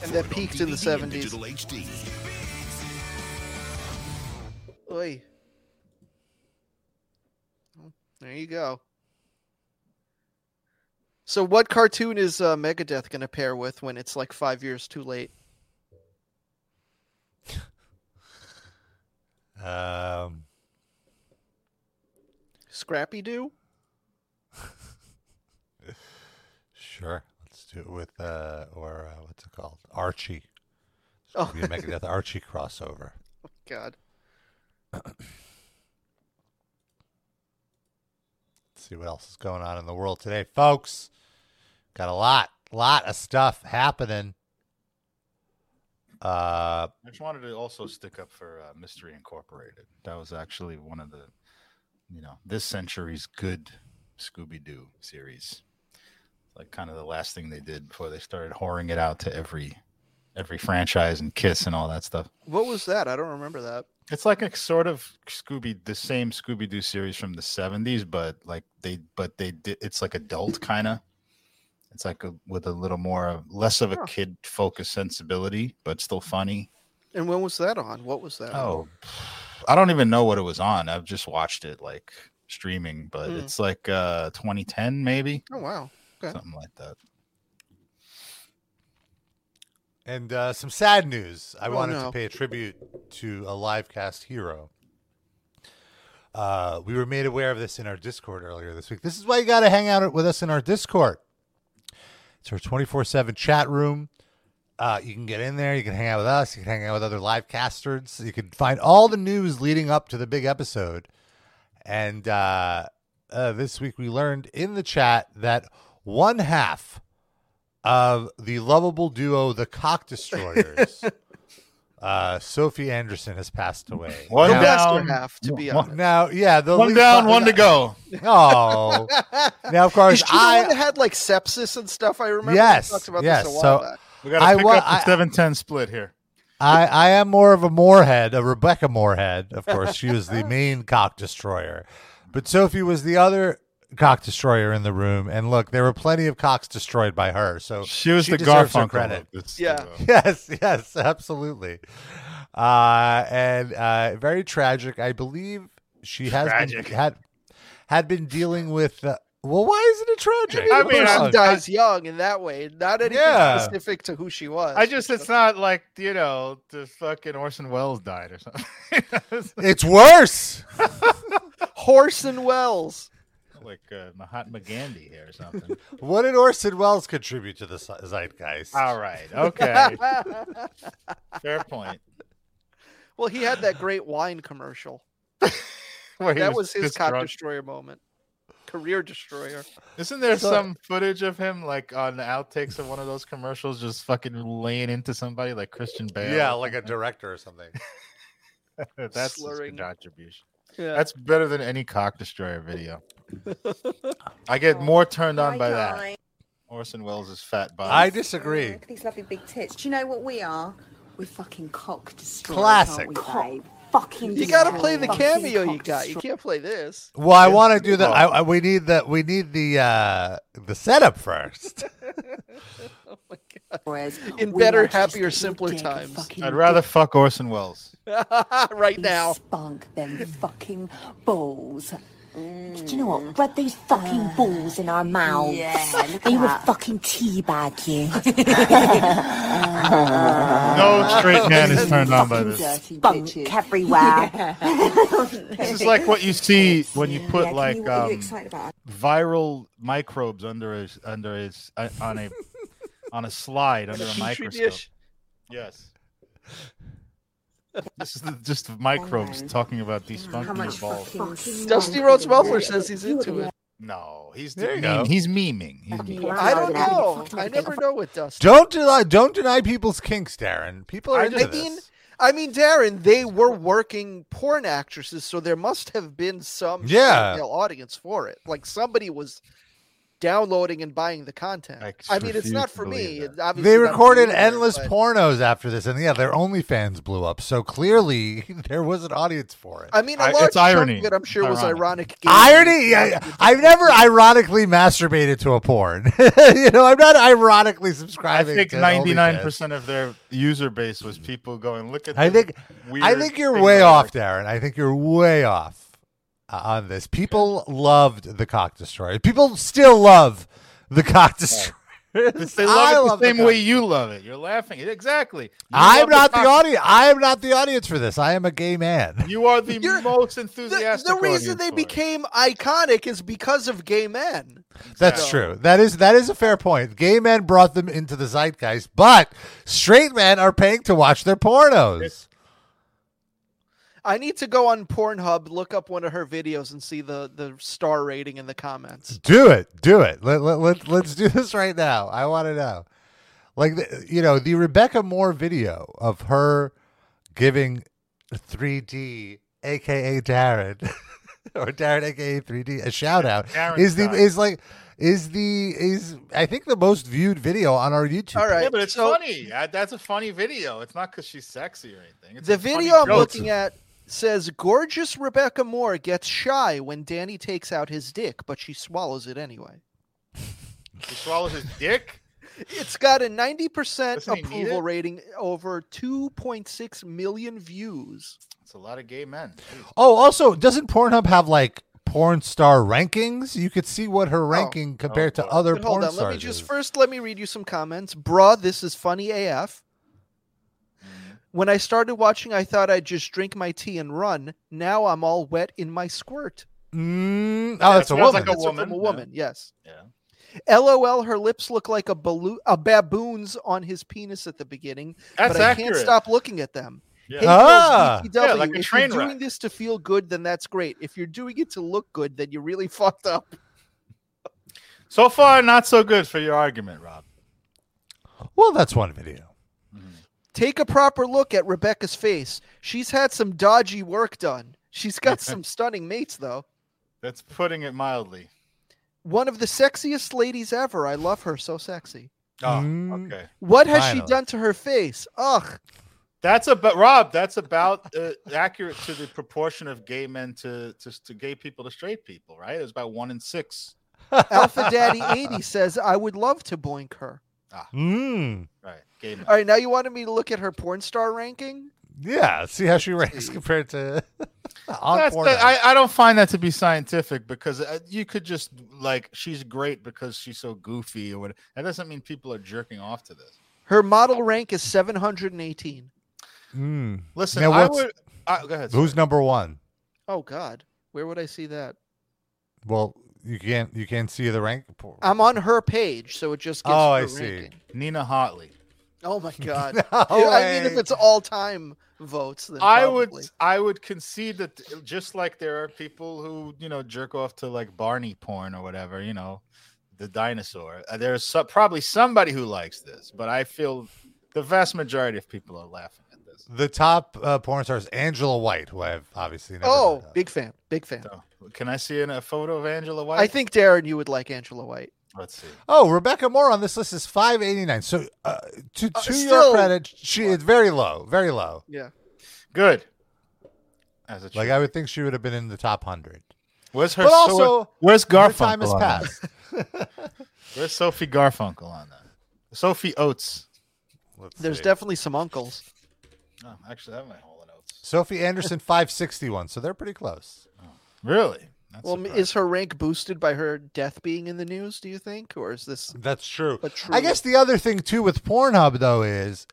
Speaker 4: And
Speaker 8: for
Speaker 4: that
Speaker 8: it on
Speaker 4: peaked in the
Speaker 8: DVD
Speaker 4: 70s.
Speaker 8: and Digital HD.
Speaker 4: Oy. There you go. So, what cartoon is uh, Megadeth going to pair with when it's like five years too late?
Speaker 2: Um,
Speaker 4: Scrappy Doo?
Speaker 2: sure. Let's do it with uh, or uh, what's it called? Archie.
Speaker 4: Oh.
Speaker 2: Oh. Be a Megadeth Archie crossover.
Speaker 4: God.
Speaker 2: Let's see what else is going on in the world today, folks. Got a lot, lot of stuff happening. Uh,
Speaker 5: I just wanted to also stick up for uh, Mystery Incorporated. That was actually one of the, you know, this century's good Scooby Doo series. Like kind of the last thing they did before they started whoring it out to every, every franchise and Kiss and all that stuff.
Speaker 4: What was that? I don't remember that.
Speaker 5: It's like a sort of Scooby, the same Scooby Doo series from the seventies, but like they, but they did. It's like adult kind of. It's like a, with a little more, less of a
Speaker 4: Huh.
Speaker 5: kid focused sensibility, but still funny.
Speaker 4: And when was that on? What was that? on?
Speaker 5: Oh, I don't even know what it was on. I've just watched it like streaming, but
Speaker 2: Hmm.
Speaker 4: Mm.
Speaker 5: it's like uh 2010 maybe,
Speaker 4: Oh, wow. Okay.
Speaker 5: something like that.
Speaker 2: and uh, some sad news. I
Speaker 4: Oh,
Speaker 2: wanted
Speaker 4: no.
Speaker 2: to pay a tribute to a live cast hero. Uh, we were made aware of this in our Discord earlier this week. This is why you got to hang out with us in our Discord. It's our 24 7 chat room. Uh, you can get in there. You can hang out with us. You can hang out with other live casters. You can find all the news leading up to the big episode. And uh, uh, this week we learned in the chat that one half of the lovable duo, the Cock Destroyers. uh, Sophie Anderson has passed away.
Speaker 4: One The lesser down. half, to be
Speaker 2: One-
Speaker 4: honest.
Speaker 2: Now, yeah, the
Speaker 4: One
Speaker 2: least-
Speaker 4: down, one to go.
Speaker 2: Oh, now of
Speaker 4: Is
Speaker 2: course
Speaker 4: she the
Speaker 2: I
Speaker 4: one that had like sepsis and stuff? I remember.
Speaker 2: Yes,
Speaker 4: We talked about
Speaker 2: yes,
Speaker 4: this a while
Speaker 2: so-
Speaker 4: back.
Speaker 5: We got
Speaker 2: I
Speaker 5: to pick
Speaker 2: wa-
Speaker 5: up the
Speaker 2: I-
Speaker 5: 710 split here.
Speaker 2: I, I am more of a Moorhead, a Rebecca Moorhead. Of course, she was the main cock destroyer. But Sophie was the other cock destroyer in the room. And look, there were plenty of cocks destroyed by her. So
Speaker 5: She was the
Speaker 2: deserves her
Speaker 5: Garfunkel
Speaker 2: credit.
Speaker 5: of this uh,
Speaker 4: Yeah.
Speaker 2: Yes, yes, absolutely. Uh, and uh, very tragic. I believe she has
Speaker 5: Tragic.
Speaker 2: been had had been dealing with. Uh, well, why isn't it tragic?
Speaker 4: I
Speaker 2: Come
Speaker 4: mean, she
Speaker 2: on.
Speaker 4: dies young in that way. Not anything
Speaker 2: Yeah.
Speaker 4: specific to who she was.
Speaker 5: I just, it's not like, you know, the fucking Orson Welles died or something.
Speaker 2: it's worse.
Speaker 4: Horse and Wells.
Speaker 5: like uh, Mahatma Gandhi here or something.
Speaker 2: What did Orson Welles contribute to the ze- zeitgeist?
Speaker 5: All right. Okay. Fair point.
Speaker 4: Well, he had that great wine commercial.
Speaker 5: Where he
Speaker 4: that was, his
Speaker 5: pissed
Speaker 4: cock
Speaker 5: drunk.
Speaker 4: destroyer moment. Career destroyer.
Speaker 5: Isn't there
Speaker 4: So-
Speaker 5: some footage of him like on the outtakes of one of those commercials just fucking laying into somebody like Christian Bale?
Speaker 2: Yeah, like a director or something.
Speaker 5: That's his
Speaker 4: Slurring.
Speaker 5: contribution.
Speaker 4: Yeah.
Speaker 5: That's better than any cock destroyer video. I get more turned on by that. Orson Welles' fat body.
Speaker 2: I disagree.
Speaker 12: Look at these lovely big tits. Do you know what we are? We're fucking cock destroyers.
Speaker 2: Classic.
Speaker 12: Aren't we, babe? Fucking
Speaker 4: You got to play the
Speaker 12: destroyers.
Speaker 4: cameo
Speaker 12: Fucking
Speaker 4: you got. You
Speaker 12: cock
Speaker 4: can't play this.
Speaker 2: Well, I want to do that. I, I, we need the we need the uh the setup first.
Speaker 12: destroyers.
Speaker 4: In
Speaker 12: Oh, We
Speaker 4: better,
Speaker 12: are just
Speaker 4: happier,
Speaker 12: big
Speaker 4: simpler
Speaker 12: dick
Speaker 4: times.
Speaker 5: I'd rather fuck Orson Welles.
Speaker 4: right now.
Speaker 12: Spunk them fucking balls. Do you know what? Rub those fucking balls in our mouths.
Speaker 11: Uh, Yeah, look
Speaker 12: they
Speaker 11: at
Speaker 12: will
Speaker 11: that.
Speaker 12: fucking teabag you.
Speaker 5: No straight man is turned on by this.
Speaker 12: Spunk everywhere.
Speaker 5: This is like what you see when you put
Speaker 12: Yeah,
Speaker 5: like
Speaker 12: can you- what are you
Speaker 5: um,
Speaker 12: excited about?
Speaker 5: viral microbes under a under a s- uh, on a on a slide under a microscope. Yes. This is the, just the microbes talking about these funky balls.
Speaker 4: Dusty Rhodes Muffler says he's into it.
Speaker 5: No, he's
Speaker 2: There you go.
Speaker 5: meme- he's memeing. He's memeing.
Speaker 4: I don't know. I never know with Dusty.
Speaker 2: Don't deny don't deny people's kinks, Darren. People are
Speaker 4: I
Speaker 2: into
Speaker 4: mean,
Speaker 2: this.
Speaker 4: I mean, Darren, they were working porn actresses, so there must have been some
Speaker 2: Yeah.
Speaker 4: female audience for it. Like somebody was downloading and buying the content.
Speaker 5: I
Speaker 4: I mean, it's
Speaker 5: refuse
Speaker 4: not
Speaker 5: to
Speaker 4: for
Speaker 5: believe
Speaker 4: me.
Speaker 5: that.
Speaker 4: It obviously
Speaker 2: They
Speaker 4: not for
Speaker 2: recorded
Speaker 4: you,
Speaker 2: endless
Speaker 4: but
Speaker 2: pornos after this, and yeah, their OnlyFans blew up. So clearly, there was an audience for it.
Speaker 4: I mean, a
Speaker 5: I-
Speaker 4: large
Speaker 5: it's
Speaker 4: chunk of
Speaker 5: irony.
Speaker 4: it, I'm sure
Speaker 5: It's
Speaker 4: was
Speaker 5: ironic.
Speaker 4: ironic.
Speaker 2: Irony. I, I've never ironically masturbated to a porn. you know, I'm not ironically
Speaker 5: I
Speaker 2: subscribing.
Speaker 5: think
Speaker 2: to
Speaker 5: ninety nine
Speaker 2: OnlyFans.
Speaker 5: percent of their user base was people going, "Look at."
Speaker 2: I
Speaker 5: this
Speaker 2: think
Speaker 5: weird
Speaker 2: I think you're
Speaker 5: thing
Speaker 2: way
Speaker 5: that I
Speaker 2: off, Darren. I think you're way off uh, on this. People loved the cock destroyer. People still love the cock destroyer.
Speaker 5: But They
Speaker 2: I
Speaker 5: love it
Speaker 2: love
Speaker 5: the
Speaker 2: the
Speaker 5: same way
Speaker 2: cock-
Speaker 5: you love it. You're laughing. Exactly. You
Speaker 2: I'm
Speaker 5: love
Speaker 2: not the
Speaker 5: cock-
Speaker 2: audience. I am not the audience for this. I am a gay man.
Speaker 5: You are the
Speaker 4: You're-
Speaker 5: most
Speaker 4: The,
Speaker 5: enthusiastic.
Speaker 4: the reason
Speaker 5: audience
Speaker 4: they
Speaker 5: for it.
Speaker 4: became iconic is because of gay men.
Speaker 2: That's
Speaker 4: Yeah.
Speaker 2: true. That is that is a fair point. Gay men brought them into the zeitgeist, but straight men are paying to watch their pornos.
Speaker 4: I need to go on Pornhub, look up one of her videos, and see the the star rating in the comments.
Speaker 2: Do it. Do it. Let, let, let, let's do this right now. I want to know. Like, the, you know, the Rebecca Moore video of her giving 3D, AKA Darren, or Darren, AKA 3D, a shout out
Speaker 5: Darren
Speaker 2: is the,
Speaker 5: guy.
Speaker 2: is like, is the, is, I think the most viewed video on our YouTube.
Speaker 4: All right.
Speaker 2: page.
Speaker 5: Yeah, but it's
Speaker 4: so-
Speaker 5: funny. Uh, That's a funny video. It's not because she's sexy or anything. It's
Speaker 4: The
Speaker 5: a funny
Speaker 4: video I'm
Speaker 5: joke.
Speaker 4: looking at says gorgeous Rebecca Moore gets shy when Danny takes out his dick, but she swallows it anyway.
Speaker 5: He swallows his dick.
Speaker 4: It's got a 90%
Speaker 5: Doesn't he need
Speaker 4: approval
Speaker 5: it?
Speaker 4: rating, over 2.6 million views.
Speaker 5: It's a lot of gay men. Jeez.
Speaker 2: Oh, also, doesn't Pornhub have like porn star rankings? You could see what her ranking compared to other
Speaker 4: But Oh. hold
Speaker 2: porn
Speaker 4: on,
Speaker 2: stars.
Speaker 4: let me just
Speaker 2: is.
Speaker 4: first let me read you some comments. Bruh, this is funny AF.
Speaker 5: Mm-hmm.
Speaker 4: When I started watching, I thought I'd just drink my tea and run. Now I'm all wet in my squirt.
Speaker 2: Mm, oh, that's a
Speaker 5: Sounds
Speaker 2: woman.
Speaker 5: like a
Speaker 4: That's
Speaker 5: woman.
Speaker 4: from a
Speaker 5: yeah.
Speaker 4: woman, yes.
Speaker 5: Yeah.
Speaker 4: LOL, her lips look like a balloon, a baboon's on his penis at the beginning,
Speaker 5: That's
Speaker 4: but I
Speaker 5: accurate.
Speaker 4: can't stop looking at them.
Speaker 5: Yeah.
Speaker 4: Hey,
Speaker 2: Ah.
Speaker 4: girls, BTW,
Speaker 5: Yeah, like a
Speaker 4: if
Speaker 5: train
Speaker 4: you're
Speaker 5: wreck.
Speaker 4: doing this to feel good, then that's great. If you're doing it to look good, then you're really fucked up.
Speaker 5: So far, not so good for your argument, Rob.
Speaker 2: Well, that's one video.
Speaker 4: Take a proper look at Rebecca's face. She's had some dodgy work done. She's got some stunning mates, though.
Speaker 5: That's putting it mildly.
Speaker 4: One of the sexiest ladies ever. I love her. So sexy.
Speaker 5: Oh,
Speaker 4: Hmm.
Speaker 5: okay.
Speaker 4: What has she
Speaker 5: Finally.
Speaker 4: done to her face? Ugh.
Speaker 5: That's about Rob. That's about uh, accurate to the proportion of gay men to, to to gay people to straight people, right? It was about one in six.
Speaker 4: Alpha Daddy 80 says, I would love to boink her.
Speaker 2: Mm.
Speaker 5: Right, gay men.
Speaker 4: All right, now you wanted me to look at her porn star ranking?
Speaker 2: Yeah, see how she ranks compared to on
Speaker 5: That's
Speaker 2: Pornhub.
Speaker 5: the- I, I don't find that to be scientific because uh, you could just like she's great because she's so goofy or what. That doesn't mean people are jerking off to this.
Speaker 4: Her model rank is 718.
Speaker 2: Mm.
Speaker 5: Listen,
Speaker 2: Now
Speaker 5: I
Speaker 2: what's-
Speaker 5: would. I, go ahead.
Speaker 2: Who's number one?
Speaker 4: Oh, God. Where would I see that?
Speaker 2: Well, you can't you can't see the rank.
Speaker 4: I'm on her page, so it just gives
Speaker 2: Oh,
Speaker 4: her
Speaker 2: I see.
Speaker 4: ranking.
Speaker 5: Nina Hartley.
Speaker 4: Oh, my God.
Speaker 2: No
Speaker 4: I mean, if
Speaker 2: way.
Speaker 4: it's all time votes, then
Speaker 5: I would
Speaker 4: probably.
Speaker 5: I would concede that th- just like there are people who you know jerk off to like Barney porn or whatever, you know, the dinosaur. uh, There's so, probably somebody who likes this, but I feel the vast majority of people are laughing. at this.
Speaker 2: The top uh, porn star is Angela White, who I've obviously never.
Speaker 4: Oh, big fan. Big fan.
Speaker 5: Can I see in a photo of Angela White?
Speaker 4: I think, Darren, you would like Angela White.
Speaker 5: Let's see.
Speaker 2: Oh, Rebecca Moore on this list is five eighty nine. So uh, to to
Speaker 4: still-
Speaker 2: your credit, she is very low, very low.
Speaker 4: Yeah.
Speaker 5: Good. As a
Speaker 2: Like I would think she would have been in the top hundred.
Speaker 5: Where's her?
Speaker 2: But
Speaker 5: so-
Speaker 2: also,
Speaker 5: where's
Speaker 2: her
Speaker 5: Garfunkel?
Speaker 2: time has
Speaker 5: on that?
Speaker 2: passed.
Speaker 5: Where's Sophie Garfunkel on that? Sophie Oates.
Speaker 4: There's definitely some uncles.
Speaker 5: Oh, actually, that might hold it out.
Speaker 2: Sophie Anderson five sixty one. So they're pretty close.
Speaker 5: Really?
Speaker 4: well, m- is her rank boosted by her death being in the news? Do you think, or is this?
Speaker 2: That's true.
Speaker 4: A true
Speaker 2: I guess the other thing too with Pornhub though is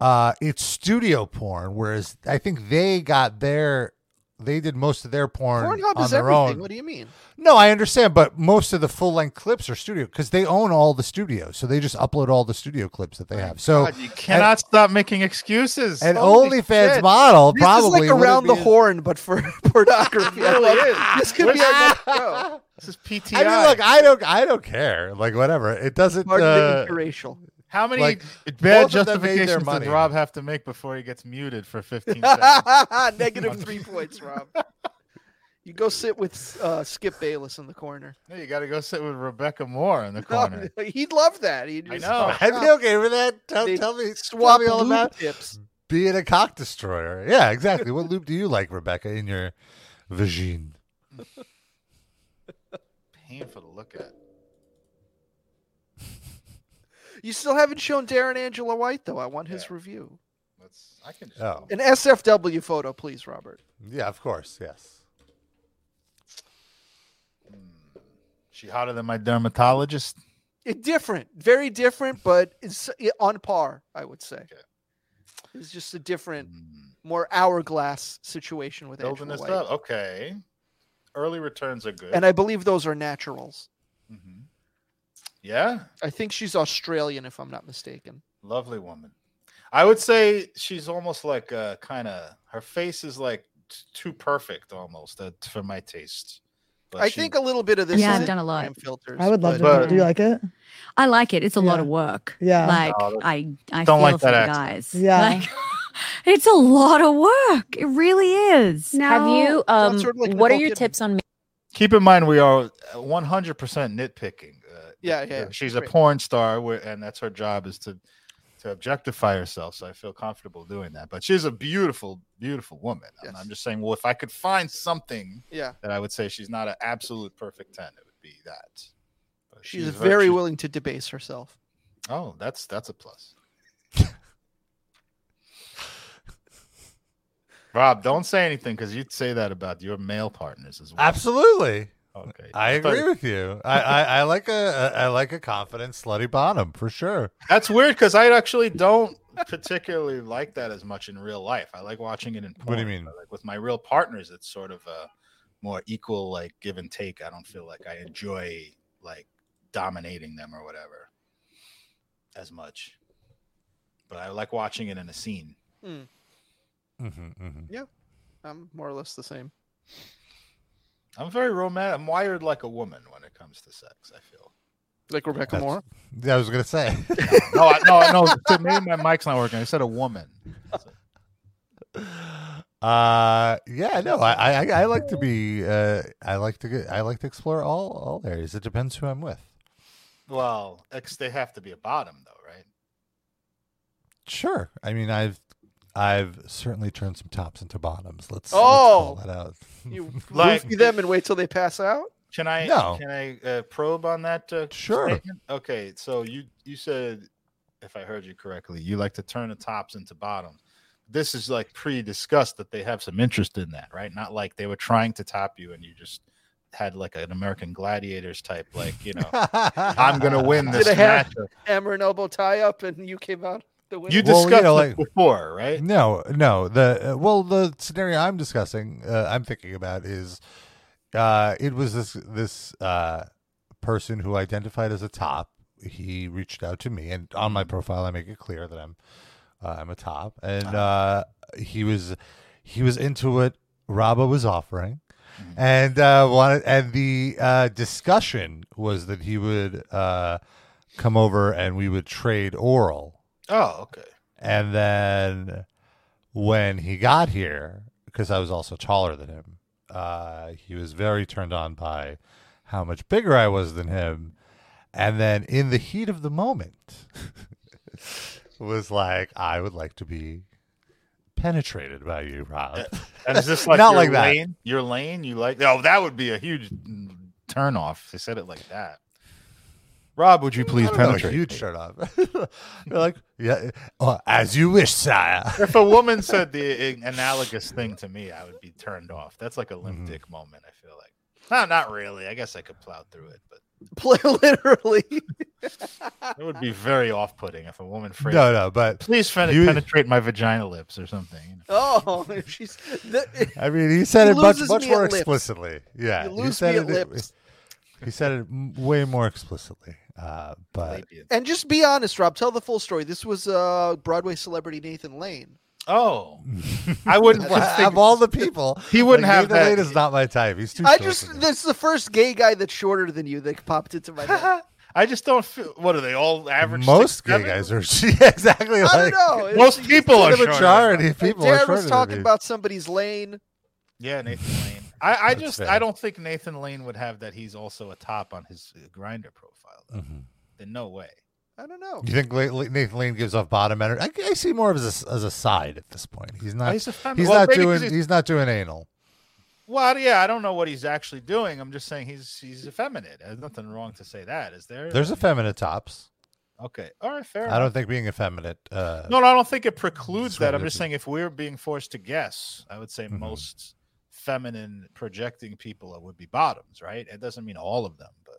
Speaker 2: uh it's studio porn, whereas I think they got their they did most of their porn
Speaker 4: Pornhub
Speaker 2: on
Speaker 4: is
Speaker 2: their
Speaker 4: everything.
Speaker 2: own.
Speaker 4: What do you mean?
Speaker 2: No, I understand, but most of the full length clips are studio because they own all the studios, so they just upload all the studio clips that they have. So
Speaker 5: God, you cannot stop making excuses.
Speaker 2: an
Speaker 5: Holy
Speaker 2: OnlyFans
Speaker 5: shit.
Speaker 2: model
Speaker 4: This
Speaker 2: probably
Speaker 4: is like around the
Speaker 2: wouldn't be-
Speaker 4: horn, but for pornography. I
Speaker 5: really
Speaker 4: love-
Speaker 5: is.
Speaker 4: This could be
Speaker 5: Where's-
Speaker 4: our next show.
Speaker 5: This is PTI.
Speaker 2: I mean, look, I don't, I don't care. Like whatever, it doesn't.
Speaker 4: Pardon the
Speaker 2: Uh,
Speaker 4: interracial.
Speaker 5: How many
Speaker 2: like,
Speaker 5: bad
Speaker 2: both of them made their
Speaker 5: justifications does
Speaker 2: money.
Speaker 5: Rob have to make before he gets muted for 15 seconds?
Speaker 4: Negative three points, Rob. You go sit with uh, Skip Bayless in the corner.
Speaker 5: No, you got to go sit with Rebecca Moore in the
Speaker 4: No,
Speaker 5: corner.
Speaker 4: he'd love that. He'd
Speaker 5: I
Speaker 4: just-
Speaker 5: know.
Speaker 2: I'd be okay with that. Tell,
Speaker 4: They
Speaker 2: tell me,
Speaker 4: Swap
Speaker 2: tell me all
Speaker 4: lube
Speaker 2: about Hmm.
Speaker 4: tips.
Speaker 2: being a cock destroyer. Yeah, exactly. what lube do you like, Rebecca, in your vagine?
Speaker 5: Painful to look at.
Speaker 4: You still haven't shown Darren Angela White though. I want his review.
Speaker 5: Let's. I can. Just,
Speaker 2: Oh,
Speaker 4: An SFW photo, please, Robert.
Speaker 2: yeah, of course, yes.
Speaker 5: She hotter than my dermatologist.
Speaker 4: It different, very different, but it's i- on par. I would say. It's just a different,
Speaker 5: Mm.
Speaker 4: more hourglass situation with
Speaker 5: Building
Speaker 4: Angela
Speaker 5: this
Speaker 4: White,
Speaker 5: up. Okay. Early returns are good. Mm-hmm.
Speaker 4: and I believe those are naturals.
Speaker 5: yeah.
Speaker 4: I think she's Australian, if I'm not mistaken.
Speaker 5: Lovely woman. I would say she's almost like uh kind of her face is like t- too perfect almost uh, for my taste. But
Speaker 4: I
Speaker 5: she-
Speaker 4: think a little bit of this.
Speaker 13: Yeah,
Speaker 4: is
Speaker 13: I've done a lot.
Speaker 4: Instagram Filters,
Speaker 13: I would love
Speaker 4: but- uh,
Speaker 13: to do it. Do you like it? I like it. It's a lot
Speaker 4: Yeah.
Speaker 13: of work.
Speaker 4: Yeah.
Speaker 13: Like
Speaker 4: No, that's-
Speaker 13: I, I
Speaker 5: Oh, don't
Speaker 13: feel
Speaker 5: like
Speaker 13: for
Speaker 5: that
Speaker 13: the
Speaker 5: accent.
Speaker 13: guys.
Speaker 14: Yeah.
Speaker 13: Like, it's a lot of work. It really is.
Speaker 14: Have you? Um, what are your tips on?
Speaker 5: Keep in mind we are uh, 100% nitpicking. Uh,
Speaker 4: Yeah, yeah,
Speaker 5: She's
Speaker 4: great.
Speaker 5: a porn star where, and that's her job is to to objectify herself, so I feel comfortable doing that. But she's a beautiful beautiful woman. I'm- I'm just saying, well, if I could find something
Speaker 4: Yeah.
Speaker 5: that I would say she's not an absolute perfect 10, it would be that. But
Speaker 4: She's,
Speaker 5: she's
Speaker 4: very
Speaker 5: she's-
Speaker 4: willing to debase herself.
Speaker 5: Oh, that's that's a plus. Rob, don't say anything because you'd say that about your male partners as well.
Speaker 2: Absolutely.
Speaker 5: Okay.
Speaker 2: I
Speaker 5: I thought-
Speaker 2: agree with you. I, I, I like a, a I like a confident slutty bottom for sure.
Speaker 5: That's weird because I actually don't particularly like that as much in real life. I like watching it in. Porn,
Speaker 2: What do you mean?
Speaker 5: but, Like with my real partners, it's sort of a more equal, like give and take. I don't feel like I enjoy like dominating them or whatever as much. But I like watching it in a scene.
Speaker 4: Hmm.
Speaker 2: Mm-hmm,
Speaker 4: Yeah, I'm more or less the same.
Speaker 5: I'm very romantic. I'm wired like a woman when it comes to sex. I feel
Speaker 4: Like Rebecca
Speaker 2: That's-
Speaker 4: Moore?
Speaker 2: Yeah, mm-hmm. I was gonna say.
Speaker 5: no, I, no, no. so Maybe my mic's not working. I said a woman.
Speaker 2: Uh, yeah, no, I, I, I- I like to be, uh, I like to get, I like to explore all, all areas. It depends who I'm with.
Speaker 5: Well, ex- they have to be a bottom though, right?
Speaker 2: Sure. I mean, I've, I've certainly turned some tops into bottoms. Let's,
Speaker 4: Oh!
Speaker 2: let's call that out.
Speaker 4: You
Speaker 5: Like-
Speaker 4: roofie them and wait till they pass out?
Speaker 5: Can I
Speaker 2: No.
Speaker 5: can I uh, probe on that? Uh,
Speaker 2: Sure.
Speaker 5: statement? Okay, so you you said, if I heard you correctly, you like to turn the tops into bottoms. This is like pre-discussed that they have some interest in that, right? Not like they were trying to top you and you just had like an American Gladiators type, like you know, I'm gonna win this
Speaker 4: Did I
Speaker 5: match.
Speaker 4: have hammer and elbow tie up and you came out the winner?
Speaker 5: You
Speaker 2: Well, you
Speaker 5: discussed
Speaker 2: know, like-
Speaker 5: this before, right?
Speaker 2: No, no. The uh, well, the scenario I'm discussing, uh, I'm thinking about is, uh, it was this this uh, person who identified as a top. He reached out to me, and on my profile, I make it clear that I'm uh, I'm a top, and uh, he was he was into what Raba was offering. And uh, wanted, and the uh, discussion was that he would uh, come over and we would trade oral.
Speaker 5: Oh, okay.
Speaker 2: And then when he got here, because I was also taller than him, uh, he was very turned on by how much bigger I was than him. And then in the heat of the moment, was like, I would like to be penetrated by you,
Speaker 4: Uh,
Speaker 2: Rob.
Speaker 5: And is this like
Speaker 2: not
Speaker 5: your
Speaker 2: like that?
Speaker 5: lane? Your lane? You like? Oh, that would be a huge mm, turn off. They said it like that. Rob, would you please
Speaker 2: I don't know,
Speaker 5: penetrate?
Speaker 2: huge
Speaker 5: me?
Speaker 2: turn off. They're like, yeah, oh, as you wish, sire.
Speaker 5: if a woman said the i- analogous thing to me, I would be turned off. That's like a limp
Speaker 2: Mm-hmm.
Speaker 5: dick moment. I feel like. No, not really. I guess I could plow through it, but
Speaker 4: Play literally.
Speaker 5: it would be very off-putting if a woman phrased.
Speaker 2: No, no, but
Speaker 5: please fen-
Speaker 2: you-
Speaker 5: penetrate my vagina lips or something. you know?
Speaker 4: Oh, she's. The,
Speaker 2: I mean, he said
Speaker 4: He
Speaker 2: it much
Speaker 4: loses
Speaker 2: much
Speaker 4: me
Speaker 2: more
Speaker 4: at lips.
Speaker 2: explicitly. Yeah,
Speaker 4: You
Speaker 2: he
Speaker 4: lose
Speaker 2: said
Speaker 4: me at
Speaker 2: it.
Speaker 4: lips.
Speaker 2: He said it m- way more explicitly. Uh, but
Speaker 4: and just be honest, Rob. Tell the full story. This was uh, Broadway celebrity Nathan Lane.
Speaker 5: Oh, I wouldn't
Speaker 2: Well,
Speaker 5: think-
Speaker 2: of all the people,
Speaker 5: He wouldn't
Speaker 2: like,
Speaker 5: have
Speaker 2: Nathan
Speaker 5: that-
Speaker 2: Lane is not my type. He's too.
Speaker 4: I
Speaker 2: short
Speaker 4: just
Speaker 2: for me.
Speaker 4: this is the first gay guy that's shorter than you that popped into my head.
Speaker 5: I just don't feel. What are they all average?
Speaker 2: most
Speaker 5: six,
Speaker 2: gay
Speaker 5: seven?
Speaker 2: guys are yeah, exactly. Like,
Speaker 4: I don't know. It's-
Speaker 5: Most people are
Speaker 2: the
Speaker 5: shorter than
Speaker 2: majority
Speaker 5: that.
Speaker 2: of people are
Speaker 4: Darren
Speaker 2: shorter
Speaker 4: was
Speaker 2: than
Speaker 4: talking
Speaker 2: me.
Speaker 4: about somebody's lane.
Speaker 5: Yeah, Nathan Lane. I, I
Speaker 2: That's
Speaker 5: just
Speaker 2: fair.
Speaker 5: I don't think Nathan Lane would have that. He's also a top on his grinder profile. Though.
Speaker 2: Mm-hmm.
Speaker 5: Then no way.
Speaker 4: I don't know.
Speaker 2: You think La- La- Nathan Lane gives off bottom energy? I, I see more of as a, as a side at this point. He's not.
Speaker 5: Oh, he's a fem-
Speaker 2: he's
Speaker 5: well,
Speaker 2: not
Speaker 5: maybe 'cause
Speaker 2: doing.
Speaker 5: he's-
Speaker 2: He's not doing anal.
Speaker 5: Well, yeah, I don't know what he's actually doing. I'm just saying he's he's effeminate. There's nothing wrong to say that, is there?
Speaker 2: There's effeminate tops.
Speaker 5: okay. All right, fair.
Speaker 2: I don't
Speaker 5: enough.
Speaker 2: think being effeminate. Uh,
Speaker 5: No, no, I don't think it precludes that. I'm
Speaker 2: Discriminative.
Speaker 5: just saying if we're being forced to guess, I would say
Speaker 2: Mm-hmm.
Speaker 5: most feminine projecting people would be bottoms, right? It doesn't mean all of them, but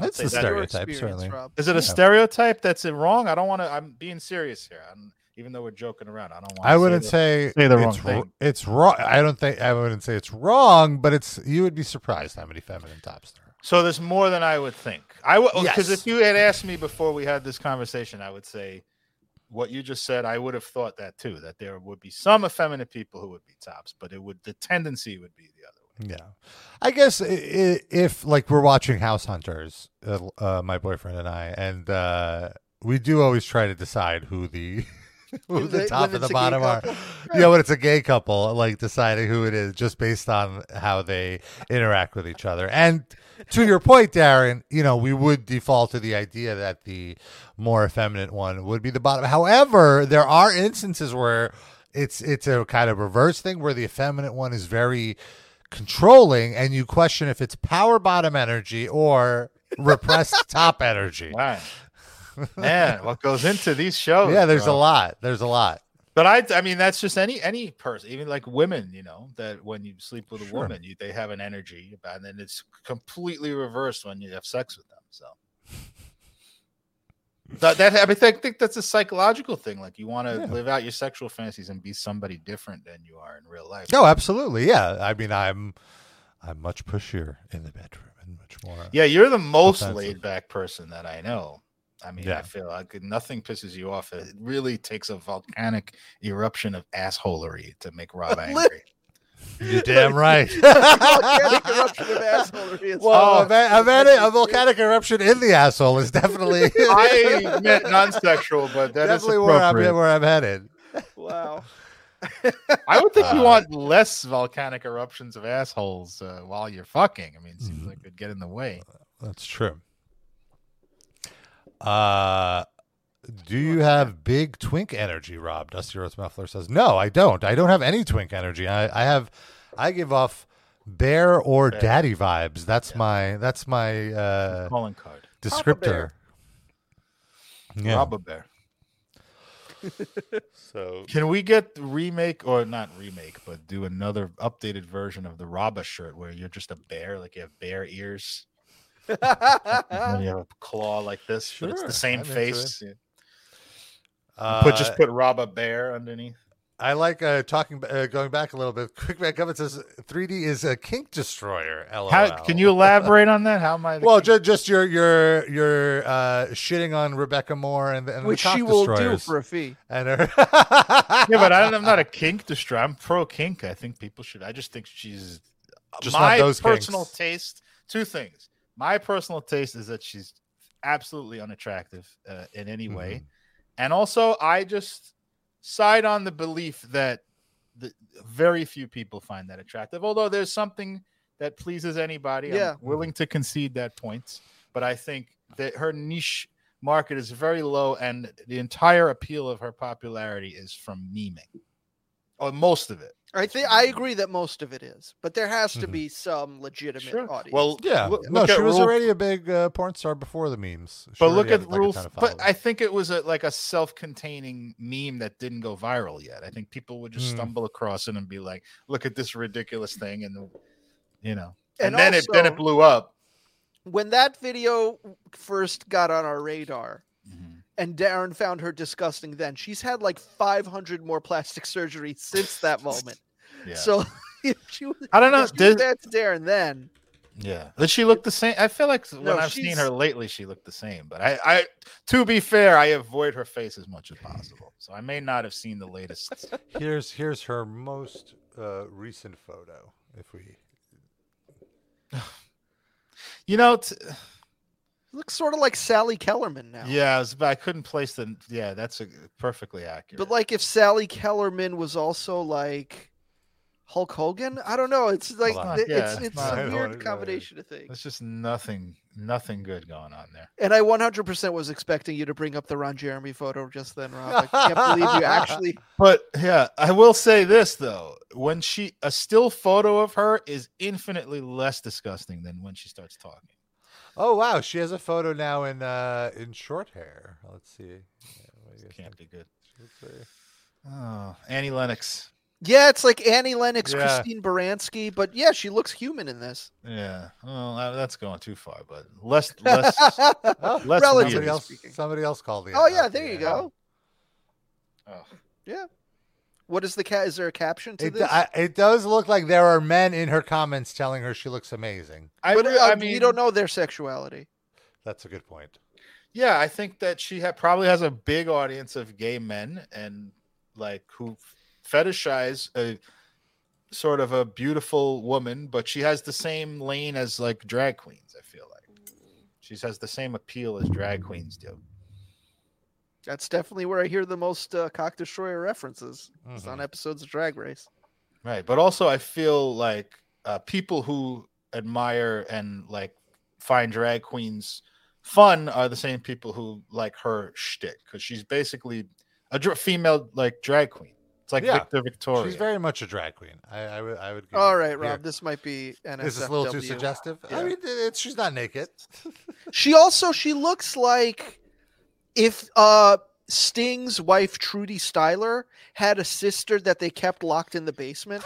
Speaker 5: I'd
Speaker 2: That's
Speaker 5: say
Speaker 2: the
Speaker 5: that's your
Speaker 2: stereotype,
Speaker 5: experience,
Speaker 2: certainly.
Speaker 4: Rob.
Speaker 5: Is it a
Speaker 2: Yeah.
Speaker 5: stereotype that's it wrong? I don't want to. I'm being serious here. I'm, even though we're joking around, I don't want.
Speaker 2: I wouldn't say,
Speaker 5: say the wrong
Speaker 2: it's,
Speaker 5: thing.
Speaker 2: ro- it's wrong. I don't think I wouldn't say it's wrong, but it's you would be surprised how many feminine tops there are.
Speaker 5: So there's more than I would think. I would because
Speaker 2: Yes.
Speaker 5: if you had asked me before we had this conversation, I would say what you just said. I would have thought that too. That there would be some effeminate people who would be tops, but it would the tendency would be the other.
Speaker 2: Yeah, I guess i- i- if like we're watching House Hunters, uh, uh, my boyfriend and I, and uh, we do always try to decide who the who
Speaker 4: When
Speaker 2: the
Speaker 4: they-
Speaker 2: top and
Speaker 4: when it's
Speaker 2: the
Speaker 4: a gay
Speaker 2: bottom are.
Speaker 4: couple.
Speaker 2: Yeah, when it's a gay couple, like deciding who it is just based on how they interact with each other. And to your point, Darren, you know, we would default to the idea that the more effeminate one would be the bottom. However, there are instances where it's it's a kind of reverse thing where the effeminate one is very controlling and you question if it's power bottom energy or repressed top energy.
Speaker 5: Wow. Man, what goes into these shows?
Speaker 2: yeah, there's
Speaker 5: bro.
Speaker 2: a lot. There's a lot.
Speaker 5: But I, I mean, that's just any any person, even like women. You know that when you sleep with a
Speaker 2: Sure.
Speaker 5: woman, you, they have an energy, and then it's completely reversed when you have sex with them. So that, that I, mean, I think that's a psychological thing. Like you want to
Speaker 2: Yeah.
Speaker 5: live out your sexual fantasies and be somebody different than you are in real life.
Speaker 2: No, absolutely. Yeah. I mean, I'm I'm much pushier in the bedroom and much more.
Speaker 5: Yeah, you're the most
Speaker 2: Offensive.
Speaker 5: laid back person that I know. I mean, I
Speaker 2: Yeah.
Speaker 5: feel like nothing pisses you off. It really takes a volcanic eruption of assholery to make Rob angry.
Speaker 2: You're damn right.
Speaker 4: volcanic eruption of assholery is-
Speaker 5: Oh.
Speaker 2: Well, a, va- a van- a volcanic eruption in the asshole is definitely
Speaker 5: I meant non-sexual, but that is
Speaker 2: definitely where I'm
Speaker 5: appropriate.
Speaker 2: where I'm headed.
Speaker 4: Wow.
Speaker 5: I would think you
Speaker 2: Uh,
Speaker 5: want less volcanic eruptions of assholes uh, while you're fucking. I mean, it seems
Speaker 2: Mm-hmm.
Speaker 5: like they'd get in the way.
Speaker 2: That's true. Uh, do you have big twink energy, Rob? Dusty Rhodes Muffler says, No, I don't. I don't have any twink energy. I, I have, I give off bear or
Speaker 5: Bear.
Speaker 2: daddy vibes. That's my, that's my uh,
Speaker 5: calling card
Speaker 2: descriptor. Yeah.
Speaker 5: Rob a bear.
Speaker 2: So
Speaker 5: Can we get the remake or not remake, but do another updated version of the Robba shirt where you're just a bear, like you have bear ears and you have a claw like this, but it's
Speaker 2: Uh, Sure,
Speaker 5: the same
Speaker 2: I'm into
Speaker 5: face.
Speaker 2: it.
Speaker 5: Yeah. put just
Speaker 2: Uh,
Speaker 5: put Robba bear underneath.
Speaker 2: I like uh, talking, uh, going back a little bit. Quick back up. It says 3D is a kink destroyer. LOL.
Speaker 5: How, can you elaborate on that? How am I? the
Speaker 2: Well,
Speaker 5: king?
Speaker 2: ju- just your your your uh, shitting on Rebecca Moore and, and
Speaker 4: Which
Speaker 2: the cock
Speaker 4: she will do
Speaker 2: destroyers.
Speaker 4: for a fee.
Speaker 2: and her.
Speaker 5: yeah, but I don't, I'm not a kink destroyer. I'm pro kink. I think people should. I just think she's
Speaker 2: Just not
Speaker 5: my
Speaker 2: those
Speaker 5: personal
Speaker 2: kinks.
Speaker 5: taste. Two things. My personal taste is that she's absolutely unattractive uh, in any way,
Speaker 2: Mm-hmm.
Speaker 5: and also I just side on the belief that the very few people find that attractive. Although there's something that pleases anybody.
Speaker 4: Yeah.
Speaker 5: I'm willing to concede that point, but I think that her niche market is very low, and the entire appeal of her popularity is from memeing, or most of it.
Speaker 4: I think I agree that most of it is, but there has to be some legitimate audience.
Speaker 5: Mm-hmm. Well,
Speaker 2: yeah,
Speaker 5: look-
Speaker 2: no,
Speaker 5: look at
Speaker 2: she was
Speaker 5: Rule-
Speaker 2: already a big uh, porn star before the memes. She
Speaker 5: But look
Speaker 2: already had,
Speaker 5: at
Speaker 2: like, a
Speaker 5: rules.
Speaker 2: ton of
Speaker 5: But
Speaker 2: followers.
Speaker 5: I think it was a, like a self-containing meme that didn't go viral yet. I think people would just
Speaker 2: Hmm.
Speaker 5: stumble across it and be like, "Look at this ridiculous thing," and you know,
Speaker 4: And
Speaker 5: and, then it then
Speaker 4: also-
Speaker 5: it blew up.
Speaker 4: when that video first got on our radar
Speaker 5: Mm-hmm.
Speaker 4: and Darren found her disgusting then, she's had like 500 more plastic surgeries since that moment.
Speaker 5: Yeah.
Speaker 4: So if she was,
Speaker 5: I don't know,
Speaker 4: if she was
Speaker 5: did-
Speaker 4: bad to Darren then.
Speaker 5: Yeah. Does she look the same? I feel like when
Speaker 4: No,
Speaker 5: I've seen
Speaker 4: she's-
Speaker 5: her lately, she looked the same. But I, I, to be fair, I avoid her face as much as possible. So I may not have seen the latest.
Speaker 2: here's here's her most uh, recent photo. If we
Speaker 5: You know, t-
Speaker 4: Looks sort of like Sally Kellerman now.
Speaker 5: yeah, I, was, but I couldn't place the. Yeah, that's a, perfectly accurate.
Speaker 4: But like if Sally Kellerman was also like Hulk Hogan, I don't know. It's like
Speaker 5: on.
Speaker 4: th-
Speaker 5: Yeah,
Speaker 4: it's
Speaker 5: it's
Speaker 4: it's
Speaker 5: not- I
Speaker 4: a
Speaker 5: don't
Speaker 4: weird
Speaker 2: know.
Speaker 4: combination of things.
Speaker 5: There's just nothing, nothing good going on there.
Speaker 4: And I 100% was expecting you to bring up the Ron Jeremy photo just then, Rob. I can't believe you actually.
Speaker 5: But yeah, I will say this though: when she a still photo of her is infinitely less disgusting than when she starts talking.
Speaker 2: oh wow, she has a photo now in uh, in short hair. Let's see. Yeah, what do you guys
Speaker 5: Can't be good.
Speaker 2: think? Let's see.
Speaker 5: Oh, Annie Lennox.
Speaker 4: Yeah, it's like Annie Lennox,
Speaker 5: Yeah.
Speaker 4: Christine Baranski, but yeah, she looks human in this.
Speaker 5: Yeah, well, that- that's going too far, but less, less.
Speaker 2: Oh,
Speaker 5: Let's
Speaker 2: somebody
Speaker 5: leave.
Speaker 2: else. Somebody else called the.
Speaker 4: Oh yeah, there you go.
Speaker 5: Oh.
Speaker 4: Yeah. What is the cat? Is there a caption to
Speaker 2: It,
Speaker 4: this?
Speaker 2: I, it does look like there are men in her comments telling her she looks amazing.
Speaker 5: I,
Speaker 4: but
Speaker 5: re-
Speaker 4: uh,
Speaker 5: I
Speaker 4: we
Speaker 5: mean,
Speaker 4: don't know their sexuality.
Speaker 2: That's a good point.
Speaker 5: yeah, I think that she ha- probably has a big audience of gay men and like who fetishize a sort of a beautiful woman, but she has the same lane as like drag queens. I feel like she has the same appeal as drag queens do.
Speaker 4: That's definitely where I hear the most uh, cock destroyer references.
Speaker 2: Mm-hmm.
Speaker 4: It's on episodes of Drag Race.
Speaker 5: Right, but also I feel like uh, people who admire and like find drag queens fun are the same people who like her shtick because she's basically a dr- female like drag queen. It's like
Speaker 2: Yeah.
Speaker 5: Victor Victoria.
Speaker 2: She's very much a drag queen. I, I would. I would give
Speaker 4: All
Speaker 2: you-
Speaker 4: right,
Speaker 2: here.
Speaker 4: Rob, this might be NSFW.
Speaker 2: Is this a little too suggestive?
Speaker 4: Yeah.
Speaker 2: I mean, it's, she's not naked.
Speaker 4: She also she looks like if uh Sting's wife Trudy Styler had a sister that they kept locked in the basement.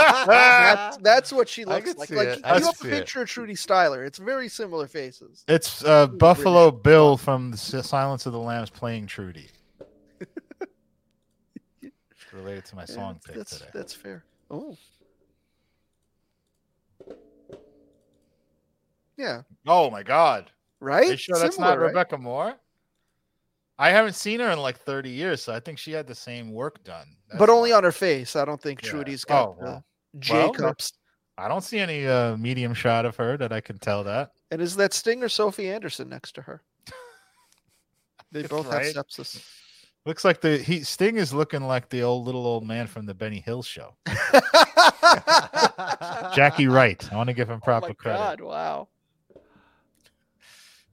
Speaker 4: that's, that's what she
Speaker 2: I
Speaker 4: looks
Speaker 2: could
Speaker 4: like.
Speaker 2: see
Speaker 4: Like
Speaker 2: it.
Speaker 4: you
Speaker 2: I could
Speaker 4: have a
Speaker 2: see it.
Speaker 4: picture of Trudy Styler. It's very similar faces.
Speaker 5: it's uh, Buffalo Bill from the S- Silence of the Lambs playing Trudy. It's related to my
Speaker 4: Yeah,
Speaker 5: song pick
Speaker 4: that's,
Speaker 5: today.
Speaker 4: that's fair. Oh. Yeah.
Speaker 5: Oh my god!
Speaker 4: Right?
Speaker 5: Are you sure that's
Speaker 4: Similar,
Speaker 5: not
Speaker 4: right?
Speaker 5: Rebecca Moore? I haven't seen her in like 30 years, so I think she had the same work done. That's
Speaker 4: but
Speaker 5: why.
Speaker 4: only on her face. I don't think
Speaker 5: Yeah.
Speaker 4: Trudy's got
Speaker 5: Oh, well.
Speaker 4: the Jacobs.
Speaker 5: I don't see any uh, medium shot of her that I can tell that.
Speaker 4: and is that Stinger Sophie Anderson next to her? They both
Speaker 5: Right?
Speaker 4: have sepsis.
Speaker 5: Looks like the he Sting is looking like the old little old man from the Benny Hill show. Jackie Wright. I want to give him proper
Speaker 4: oh my
Speaker 5: credit.
Speaker 4: God! Wow.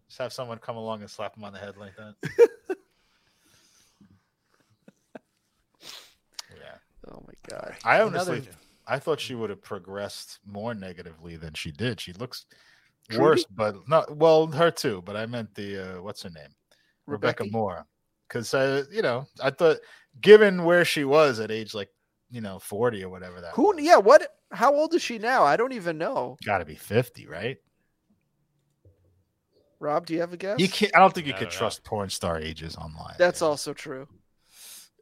Speaker 5: Just have someone come along and slap him on the head like that. yeah.
Speaker 4: Oh my god.
Speaker 5: I honestly I thought she would have progressed more negatively than she did. She looks
Speaker 4: Trudy?
Speaker 5: worse, but not well, her too, but I meant the uh, what's her name? Rebecca
Speaker 4: Rebecca?
Speaker 5: Moore. Cuz uh, you know, I thought given where she was at age like, you know, 40 or whatever that
Speaker 4: Who? Yeah. What? How old is she now? I don't even know.
Speaker 5: got to be 50, right?
Speaker 4: Rob, do you have a guess?
Speaker 5: You can't I don't think you
Speaker 4: I
Speaker 5: could
Speaker 4: don't know.
Speaker 5: trust porn star ages online.
Speaker 4: That's also true.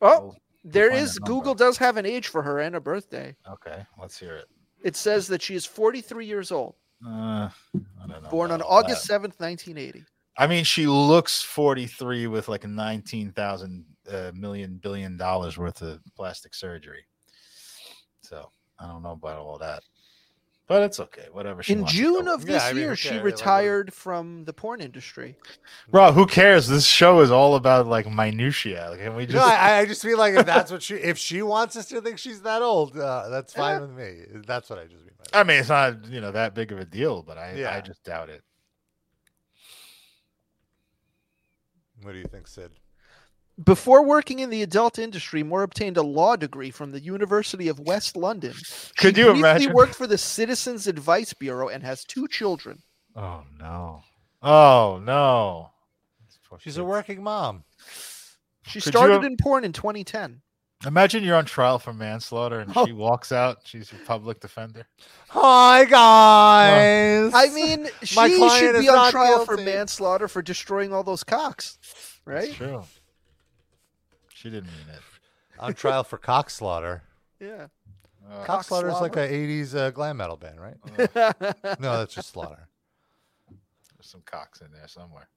Speaker 4: Oh, there
Speaker 5: find
Speaker 4: is
Speaker 5: that number.
Speaker 4: Google does have an age for her and a birthday.
Speaker 5: Okay, let's hear it.
Speaker 4: It says that she is 43 years old,
Speaker 5: Uh, I don't know.
Speaker 4: born on
Speaker 5: about
Speaker 4: August
Speaker 5: that.
Speaker 4: 7th, 1980.
Speaker 5: I mean, she looks 43 with like 19,000 uh, million billion dollars worth of plastic surgery. So I don't know about all that, but it's okay. Whatever. She
Speaker 4: In
Speaker 5: wants to
Speaker 4: June
Speaker 5: go
Speaker 4: of
Speaker 5: with.
Speaker 4: this year, she retired from the porn industry.
Speaker 5: Bro, who cares? This show is all about like minutia. Like, can we just?
Speaker 2: No, I, I just feel like if that's what she, if she wants us to think she's that old, uh, that's fine with me. That's what I just mean.
Speaker 5: I mean, it's not you know that big of a deal, but I I
Speaker 2: Yeah.
Speaker 5: just doubt it.
Speaker 2: What do you think, Sid?
Speaker 4: Before working in the adult industry, Moore obtained a law degree from the University of West London. She
Speaker 5: Could you
Speaker 4: briefly
Speaker 5: imagine?
Speaker 4: worked for the Citizens Advice Bureau and has two children.
Speaker 5: Oh no! Oh no!
Speaker 2: She's a working mom.
Speaker 4: She
Speaker 5: Could you
Speaker 4: started
Speaker 5: im-
Speaker 4: in porn in 2010.
Speaker 5: Imagine you're on trial for manslaughter and
Speaker 2: Oh.
Speaker 5: she walks out. She's your public defender.
Speaker 2: Hi guys.
Speaker 4: I mean, she
Speaker 2: My client
Speaker 4: should
Speaker 2: is
Speaker 4: be on
Speaker 2: not
Speaker 4: trial for
Speaker 2: guilty.
Speaker 4: manslaughter for destroying all those cocks, right?
Speaker 5: It's true. She didn't mean it.
Speaker 2: on trial for cock slaughter.
Speaker 4: Yeah.
Speaker 5: Uh,
Speaker 2: Cock slaughter is like
Speaker 4: slaughter?
Speaker 2: a '80s uh, glam metal band, right? no, that's just slaughter.
Speaker 5: There's some cocks in there somewhere.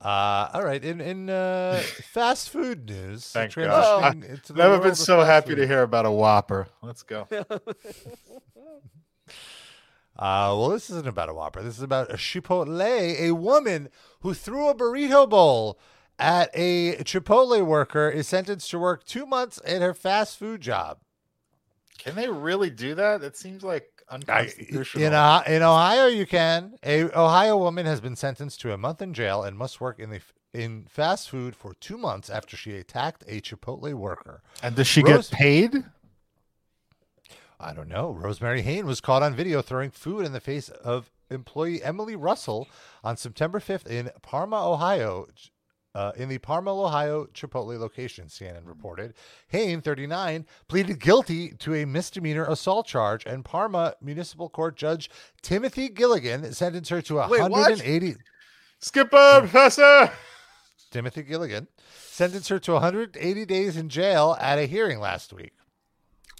Speaker 2: Uh, all right. In in uh, fast food news,
Speaker 5: Thank God.
Speaker 2: transitioning
Speaker 5: I've
Speaker 2: into the
Speaker 5: never
Speaker 2: world
Speaker 5: been
Speaker 2: of
Speaker 5: so
Speaker 2: fast
Speaker 5: happy
Speaker 2: food.
Speaker 5: to hear about a Whopper. Let's go.
Speaker 2: Uh, well, this isn't about a Whopper. This is about a Chipotle, a woman who threw a burrito bowl at a Chipotle worker is sentenced to work two months at her fast food job.
Speaker 5: Can they really do that? That seems like unconstitutional.
Speaker 2: In, uh, in Ohio, you can. A Ohio woman has been sentenced to a month in jail and must work in the f- in fast food for two months after she attacked a Chipotle worker.
Speaker 5: and does she
Speaker 2: Rose-
Speaker 5: get paid?
Speaker 2: I don't know. Rosemary Hain was caught on video throwing food in the face of employee Emily Russell on September 5th in Parma, Ohio. Uh, in the Parma, Ohio Chipotle location, CNN reported. Hain, 39, pleaded guilty to a misdemeanor assault charge, and Parma Municipal Court Judge Timothy Gilligan sentenced her to
Speaker 5: Wait, what?
Speaker 2: 180.
Speaker 5: Skipper, Professor.
Speaker 2: Timothy Gilligan sentenced her to 180 days in jail at a hearing last week.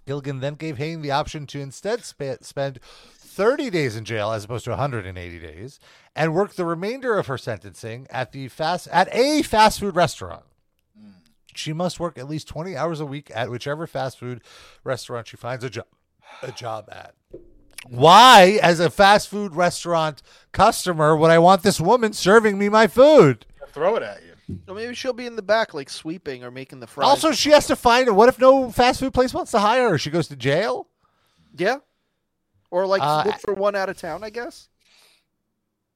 Speaker 2: Gilligan then gave Hayne the option to instead sp- spend 30 days in jail as opposed to 180 days and work the remainder of her sentencing at the fast at a fast food restaurant. She must work at least 20 hours a week at whichever fast food restaurant she finds a job a job at. Why as a fast food restaurant customer would I want this woman serving me my food?
Speaker 5: Throw it at you.
Speaker 4: So maybe she'll be in the back, like sweeping or making the fries.
Speaker 2: Also, she has to find What if no fast food place wants to hire her? She goes to jail.
Speaker 4: yeah, or like
Speaker 2: Uh,
Speaker 4: look for one out of town. I guess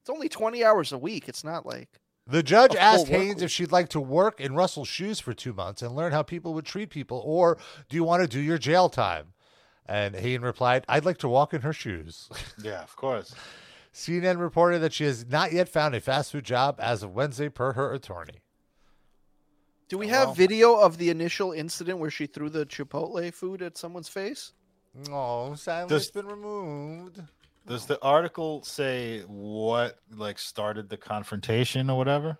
Speaker 4: it's only twenty hours a week. It's not like
Speaker 2: The judge
Speaker 4: A full
Speaker 2: asked
Speaker 4: work
Speaker 2: Haynes if
Speaker 4: week.
Speaker 2: she'd like to work in Russell's shoes for two months and learn how people would treat people, or do you want to do your jail time? And Haynes replied, "I'd like to walk in her shoes."
Speaker 5: Yeah, of course.
Speaker 2: CNN reported that she has not yet found a fast food job as of Wednesday, per her attorney.
Speaker 4: Do we have
Speaker 2: Oh, well.
Speaker 4: video of the initial incident where she threw the Chipotle food at someone's face?
Speaker 2: Oh, sadly,
Speaker 5: Does- it's
Speaker 2: been removed.
Speaker 5: Does the article say what like started the confrontation or whatever?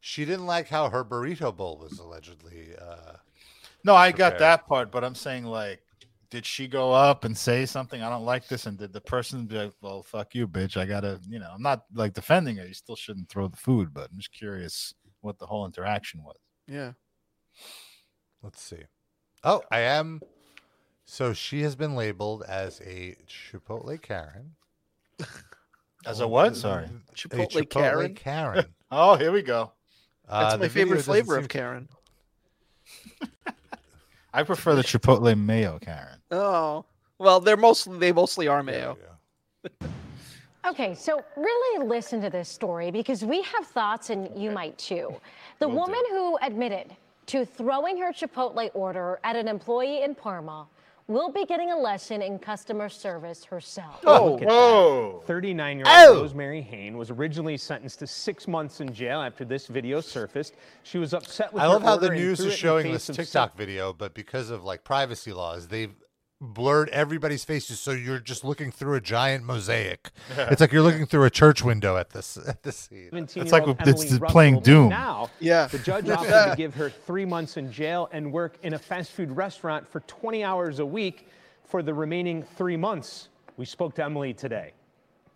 Speaker 2: She didn't like how her burrito bowl was allegedly. Uh,
Speaker 5: No, I got
Speaker 2: prepared.
Speaker 5: that part, but I'm saying like, did she go up and say something? I don't like this, and did the person be like, "Well, fuck you, bitch. I gotta," you know, I'm not like defending her. You still shouldn't throw the food, but I'm just curious what the whole interaction was.
Speaker 4: Yeah.
Speaker 2: Let's see. Oh, I am. So she has been labeled as a Chipotle Karen.
Speaker 5: As a what? Sorry.
Speaker 2: a Chipotle Karen. Karen.
Speaker 5: oh, here we go.
Speaker 4: That's
Speaker 2: Uh,
Speaker 4: my
Speaker 2: the video
Speaker 4: favorite
Speaker 2: doesn't
Speaker 4: flavor
Speaker 2: seem-
Speaker 4: of Karen.
Speaker 5: I prefer the Chipotle mayo, Karen.
Speaker 4: Oh, well, they're mostly they mostly are mayo.
Speaker 15: Okay, so really listen to this story because we have thoughts and you might too. The woman who admitted to throwing her Chipotle order at an employee in Parma will be getting a lesson in customer service herself.
Speaker 16: Oh.
Speaker 17: whoa. 39 year old Rosemary Hain was originally sentenced to six months in jail after this video surfaced. She was upset with
Speaker 2: I
Speaker 17: her
Speaker 2: love how the
Speaker 17: order and
Speaker 2: news
Speaker 17: threw
Speaker 2: is
Speaker 17: it in
Speaker 2: showing
Speaker 17: face
Speaker 2: this
Speaker 17: of
Speaker 2: TikTok video, but because of like privacy laws, they've blurred everybody's faces, so you're just looking through a giant mosaic. it's like you're looking through a church window at this at this scene.
Speaker 17: 17
Speaker 2: It's like
Speaker 17: year old
Speaker 2: it's
Speaker 17: Emily
Speaker 2: playing
Speaker 17: Russell. But
Speaker 2: Doom.
Speaker 17: Now,
Speaker 4: Yeah.
Speaker 17: the judge offered to give her three months in jail and work in a fast food restaurant for 20 hours a week for the remaining three months. We spoke to Emily today.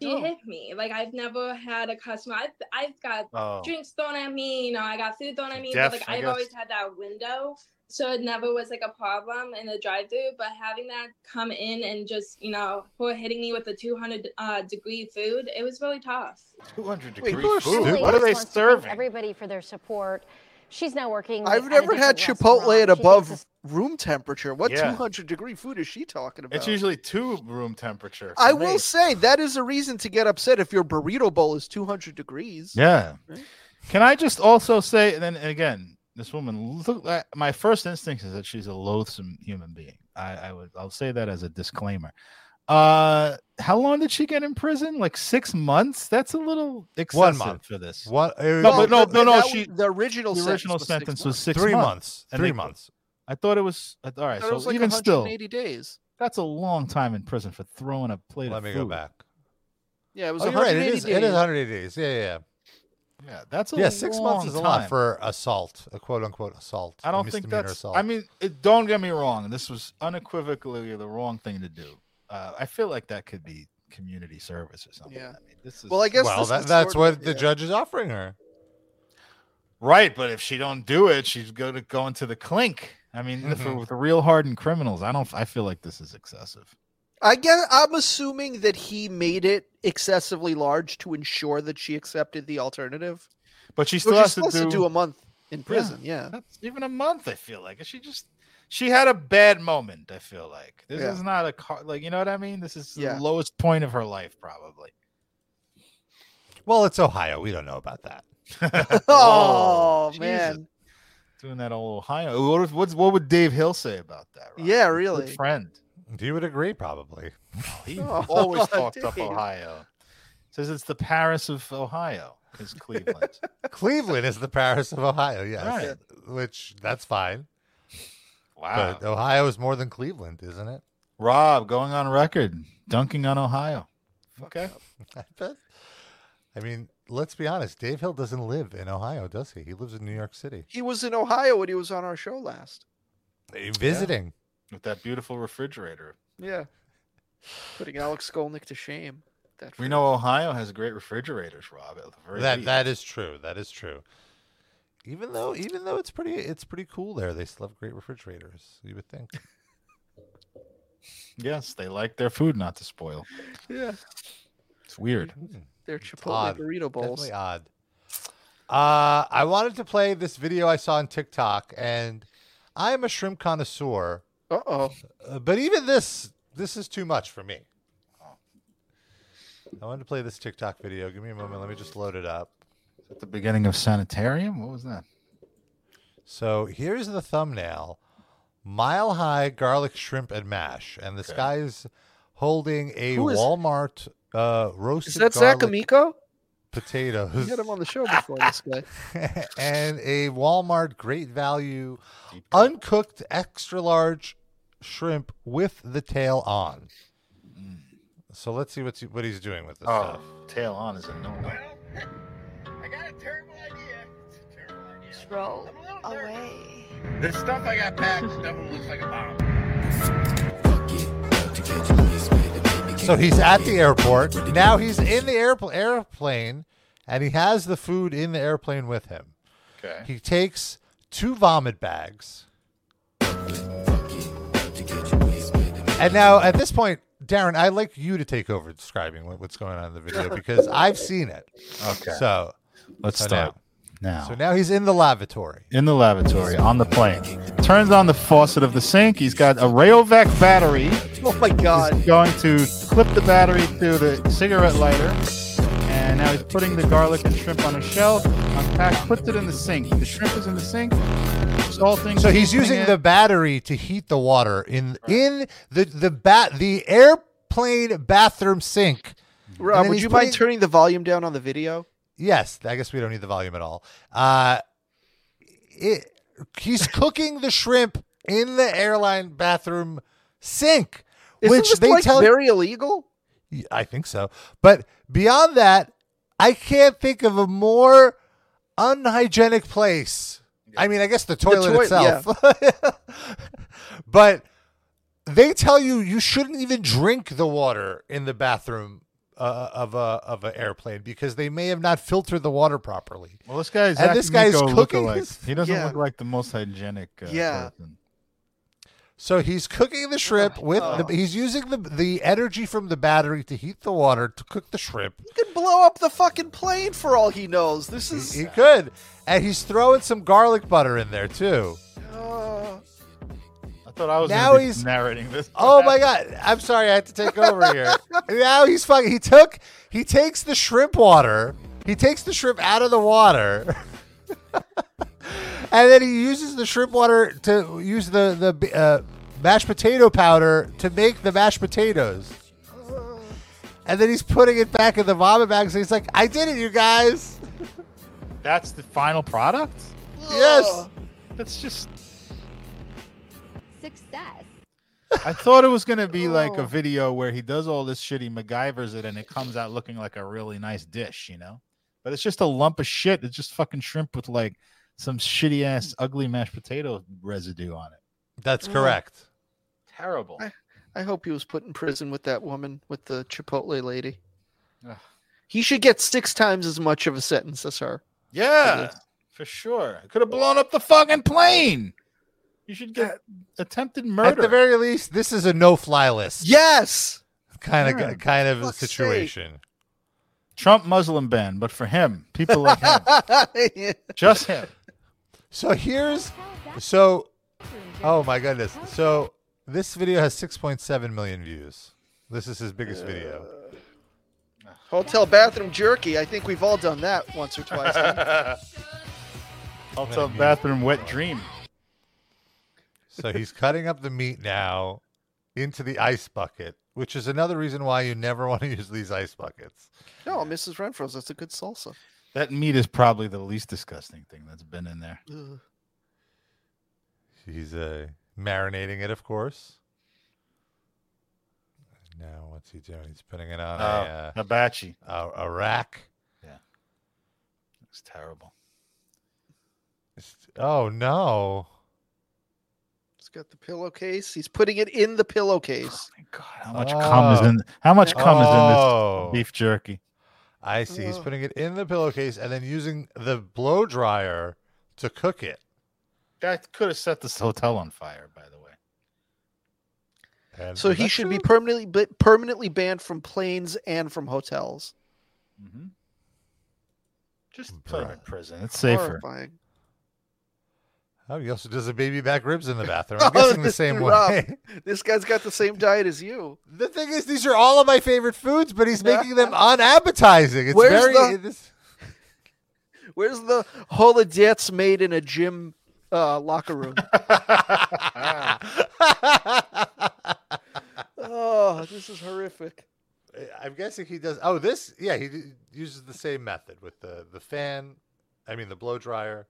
Speaker 16: She hit me. Like I've never had a customer. I've, I've got
Speaker 17: Oh.
Speaker 16: drinks thrown at me. You know, I got food thrown at me.
Speaker 17: Deaf,
Speaker 16: but like
Speaker 17: I
Speaker 16: I've
Speaker 17: guess.
Speaker 16: always had that window, so it never was like a problem in the drive-through. But having that come in and just you know, for hitting me with a 200 uh, degree food, it was really tough.
Speaker 5: 200
Speaker 16: Wait,
Speaker 5: degree
Speaker 16: people are
Speaker 5: food.
Speaker 16: Emily
Speaker 5: What are they
Speaker 16: just wants to thank
Speaker 5: serving?
Speaker 16: Everybody for their support. She's now working.
Speaker 4: I've
Speaker 16: at a
Speaker 4: never had
Speaker 16: different
Speaker 4: Chipotle at
Speaker 16: restaurant. She thinks
Speaker 4: above room temperature. What
Speaker 5: Yeah.
Speaker 4: 200 degree food is she talking about?
Speaker 5: It's usually two room temperature. for
Speaker 4: I
Speaker 5: me.
Speaker 4: will say that is a reason to get upset if your burrito bowl is 200 degrees.
Speaker 5: Yeah. Can I just also say, and then again, this woman, look, I- my first instinct is that she's a loathsome human being. I, I would, I'll say that as a disclaimer. Uh, how long did she get in prison? Like six months? That's a little excessive
Speaker 2: One month
Speaker 5: for this.
Speaker 2: What?
Speaker 5: No, but no, no, no.
Speaker 4: that
Speaker 5: She
Speaker 4: was- the original
Speaker 5: the
Speaker 4: sentence
Speaker 5: original
Speaker 4: was six
Speaker 5: sentence was
Speaker 4: months.
Speaker 5: six
Speaker 2: Three months.
Speaker 5: and
Speaker 2: Three
Speaker 5: they-
Speaker 2: months.
Speaker 5: I thought it was I- all right.
Speaker 4: Thought it
Speaker 5: So
Speaker 4: was like
Speaker 5: even still,
Speaker 4: 180 days.
Speaker 5: that's a long time in prison for throwing a plate
Speaker 2: Let
Speaker 5: of
Speaker 2: me
Speaker 5: food.
Speaker 2: go back.
Speaker 4: Yeah, it was
Speaker 2: Oh, you're right.
Speaker 4: 180
Speaker 2: It is,
Speaker 4: days.
Speaker 2: it is 180 days. Yeah, yeah, yeah.
Speaker 5: Yeah, that's a
Speaker 2: yeah. Six months
Speaker 5: long
Speaker 2: is a lot
Speaker 5: time.
Speaker 2: for assault, a quote unquote assault.
Speaker 5: I
Speaker 2: a
Speaker 5: don't think
Speaker 2: misdemeanor
Speaker 5: that's.
Speaker 2: Assault.
Speaker 5: I mean, it, don't get me wrong. This was unequivocally the wrong thing to do. Uh, I feel like that could be community service or something.
Speaker 4: Yeah.
Speaker 5: I mean, this is
Speaker 4: Well, I guess
Speaker 2: well,
Speaker 4: this
Speaker 2: that,
Speaker 4: is
Speaker 2: that's
Speaker 4: sort of-
Speaker 2: what the
Speaker 4: yeah.
Speaker 2: judge is offering her.
Speaker 5: right, but if she don't do it, she's gonna go into the clink. I mean, for,
Speaker 2: Mm-hmm.
Speaker 4: Mhm.
Speaker 5: with the real hardened criminals, I don't. I feel like this is excessive.
Speaker 4: I guess I'm assuming that he made it excessively large to ensure that she accepted the alternative.
Speaker 5: But she
Speaker 4: Which
Speaker 5: still
Speaker 4: is
Speaker 5: has to
Speaker 4: supposed
Speaker 5: do-
Speaker 4: a month in prison. Yeah.
Speaker 5: That's even a month. I feel like she just she had a bad moment. I feel like this
Speaker 4: Yeah.
Speaker 5: is not a car. Like you know what I mean? This is
Speaker 4: Yeah.
Speaker 5: the lowest point of her life, probably.
Speaker 2: Well, it's Ohio. We don't know about that.
Speaker 4: Oh,
Speaker 5: Jesus.
Speaker 4: man.
Speaker 5: Doing that all Ohio. What, if- what's, what would Dave Hill say about that? Rob?
Speaker 4: Yeah,
Speaker 5: Good
Speaker 4: really.
Speaker 5: friend.
Speaker 2: He would agree, probably.
Speaker 5: He
Speaker 4: Oh,
Speaker 5: always talked up
Speaker 4: Dave.
Speaker 5: Ohio. Says it's the Paris of Ohio. Is Cleveland.
Speaker 2: Cleveland is the Paris of Ohio, yes.
Speaker 5: Right.
Speaker 2: Which that's fine.
Speaker 5: Wow. Ah.
Speaker 2: But uh, Ohio is more than Cleveland, isn't it?
Speaker 5: Rob going on record dunking on Ohio. Okay.
Speaker 2: I bet. I mean, let's be honest. Dave Hill doesn't live in Ohio, does he? He lives in New York City.
Speaker 4: He was in Ohio when he was on our show last.
Speaker 2: Visiting.
Speaker 5: with that beautiful refrigerator.
Speaker 4: Yeah. Putting Alex Skolnick to shame. That
Speaker 5: We know Ohio has great refrigerators, Rob. at the very
Speaker 2: That
Speaker 5: least.
Speaker 2: that is true. That is true. Even though even though it's pretty it's pretty cool there. They still have great refrigerators, you would think.
Speaker 5: yes, they like their food not to spoil.
Speaker 4: Yeah.
Speaker 5: It's weird.
Speaker 4: Mm-hmm. Their Chipotle
Speaker 2: odd.
Speaker 4: burrito bowls.
Speaker 2: Definitely odd. Uh, I wanted to play this video I saw on TikTok, and I am a shrimp connoisseur. uh,
Speaker 4: Uh-oh.
Speaker 2: But even this, this is too much for me. I wanted to play this TikTok video. Give me a moment. Let me just load it up.
Speaker 5: At the beginning of sanitarium. What was that?
Speaker 2: So here's the thumbnail: Mile High Garlic Shrimp and Mash, and this guy is holding a
Speaker 4: Who is-
Speaker 2: Walmart uh,
Speaker 4: Is
Speaker 2: roasted
Speaker 4: that Zach
Speaker 2: garlic
Speaker 4: Amico? We
Speaker 2: potatoes
Speaker 4: had him on the show before, this guy.
Speaker 2: and a Walmart Great Value uncooked extra large shrimp with the tail on.
Speaker 4: Mm.
Speaker 2: So let's see what's, what he's doing with this
Speaker 5: Oh,
Speaker 2: stuff.
Speaker 5: tail on is a no no.
Speaker 18: Roll away.
Speaker 6: This stuff I got packed definitely looks like a bomb.
Speaker 2: So he's at the airport. Now he's in the airpl- airplane and he has the food in the airplane with him.
Speaker 5: Okay.
Speaker 2: He takes two vomit bags. And now at this point, Darren, I'd like you to take over describing what, what's going on in the video because I've seen it.
Speaker 5: Okay.
Speaker 2: So
Speaker 5: Let's
Speaker 2: so
Speaker 5: start
Speaker 2: now.
Speaker 5: now.
Speaker 2: So now he's in the lavatory.
Speaker 5: In the lavatory, on the plane. Turns on the faucet of the sink. He's got a Rayovac battery.
Speaker 4: Oh my god.
Speaker 5: He's going to clip the battery to the cigarette lighter. And now he's putting the garlic and shrimp on a shelf. Unpacked, puts it in the sink. The shrimp is in the sink. Salting.
Speaker 2: So he's
Speaker 5: seasoning
Speaker 2: using
Speaker 5: it.
Speaker 2: the battery to heat the water in in the the bat the airplane bathroom sink.
Speaker 4: Rob, would you mind turning the volume down on the video?
Speaker 2: Yes, I guess we don't need the volume at all. Uh, it, he's cooking the shrimp in the airline bathroom sink,
Speaker 4: Isn't
Speaker 2: which
Speaker 4: this,
Speaker 2: they
Speaker 4: like,
Speaker 2: tell
Speaker 4: very illegal.
Speaker 2: I think so. But beyond that, I can't think of a more unhygienic place. I mean, I guess the toilet
Speaker 4: toi-
Speaker 2: itself. but they tell you you shouldn't even drink the water in the bathroom uh, of a of an airplane because they may have not filtered the water properly.
Speaker 5: Well, this guy is
Speaker 2: and this guy is
Speaker 5: Academico
Speaker 2: cooking.
Speaker 5: lookalike.
Speaker 2: this-
Speaker 5: He doesn't look like the most hygienic. Uh,
Speaker 2: Yeah.
Speaker 5: person.
Speaker 2: So he's cooking the shrimp with the, he's using the the energy from the battery to heat the water to cook the shrimp.
Speaker 4: He could blow up the fucking plane for all he knows. This is
Speaker 2: He could, and he's throwing some garlic butter in there too.
Speaker 4: uh,
Speaker 5: I thought I was
Speaker 2: Now
Speaker 5: now he's
Speaker 2: he's-
Speaker 5: narrating this.
Speaker 2: Oh my god! I'm sorry, I had to take over here. now he's fucking. He took. He takes the shrimp water. He takes the shrimp out of the water, and then he uses the shrimp water to use the the uh, mashed potato powder to make the mashed potatoes. And then he's putting it back in the vomit bag. So he's like, "I did it, you guys."
Speaker 5: That's the final product.
Speaker 2: Yes.
Speaker 5: That's just.
Speaker 11: Success.
Speaker 5: I thought it was gonna be
Speaker 2: Oh.
Speaker 5: like a video where he does all this shit, he MacGyver's it, and it comes out looking like a really nice dish, you know. But it's just a lump of shit. It's just fucking shrimp with like some shitty ass, ugly mashed potato residue on it.
Speaker 2: That's
Speaker 4: Mm.
Speaker 2: correct.
Speaker 5: Terrible.
Speaker 4: I, I hope he was put in prison with that woman, with the Chipotle lady.
Speaker 5: Ugh.
Speaker 4: He should get six times as much of a sentence as her.
Speaker 5: Yeah, for sure. Could have blown up the fucking plane. You should get attempted murder.
Speaker 2: At the very least, this is a no-fly list
Speaker 4: Yes.
Speaker 2: kind
Speaker 5: Yeah.
Speaker 2: of kind of
Speaker 4: Fuck's sake.
Speaker 2: situation.
Speaker 5: Trump Muslim ban, but for him, people like him, just him.
Speaker 2: So here's so oh my goodness. So this video has 6.7 million views. This is his biggest video.
Speaker 4: Hotel bathroom jerky. I think we've all done that once or twice.
Speaker 5: Also, bathroom wet dream.
Speaker 2: So he's cutting up the meat now into the ice bucket, which is another reason why you never want to use these ice buckets.
Speaker 4: no, Mrs. Renfro's. That's a good salsa.
Speaker 5: That meat is probably the least disgusting thing that's been in there.
Speaker 4: Ugh.
Speaker 2: He's uh, marinating it, of course. Now what's he doing? He's putting it on
Speaker 5: Uh,
Speaker 2: a,
Speaker 5: hibachi.
Speaker 2: uh, a a rack.
Speaker 5: It's terrible.
Speaker 2: Oh no!
Speaker 4: He's got the pillowcase. He's putting it in the pillowcase.
Speaker 5: How much cum is in? How much cum is in this beef jerky?
Speaker 2: I see. He's putting it in the pillowcase and then using the blow dryer to cook it.
Speaker 5: That could have set this hotel on fire. By the way,
Speaker 2: And
Speaker 4: So he
Speaker 2: that's
Speaker 4: should
Speaker 2: it.
Speaker 4: be permanently ba- permanently banned from planes and from hotels.
Speaker 5: just put him in prison. It's safer.
Speaker 4: Horrifying.
Speaker 2: Oh, he also does the baby back ribs in the bathroom.
Speaker 4: Oh,
Speaker 2: I'm guessing the
Speaker 4: this-
Speaker 2: same
Speaker 4: Rob,
Speaker 2: way.
Speaker 4: this guy's got the same diet as you.
Speaker 2: The thing is, these are all of my favorite foods, but he's making them unappetizing. It's
Speaker 4: Where's
Speaker 2: very.
Speaker 4: the-
Speaker 2: it- this-
Speaker 4: Where's the holodets made in a gym uh, locker room? oh, this is horrific.
Speaker 2: I'm guessing he does. Oh, this. Yeah, he d- uses the same method with the the fan. I mean, the blow dryer.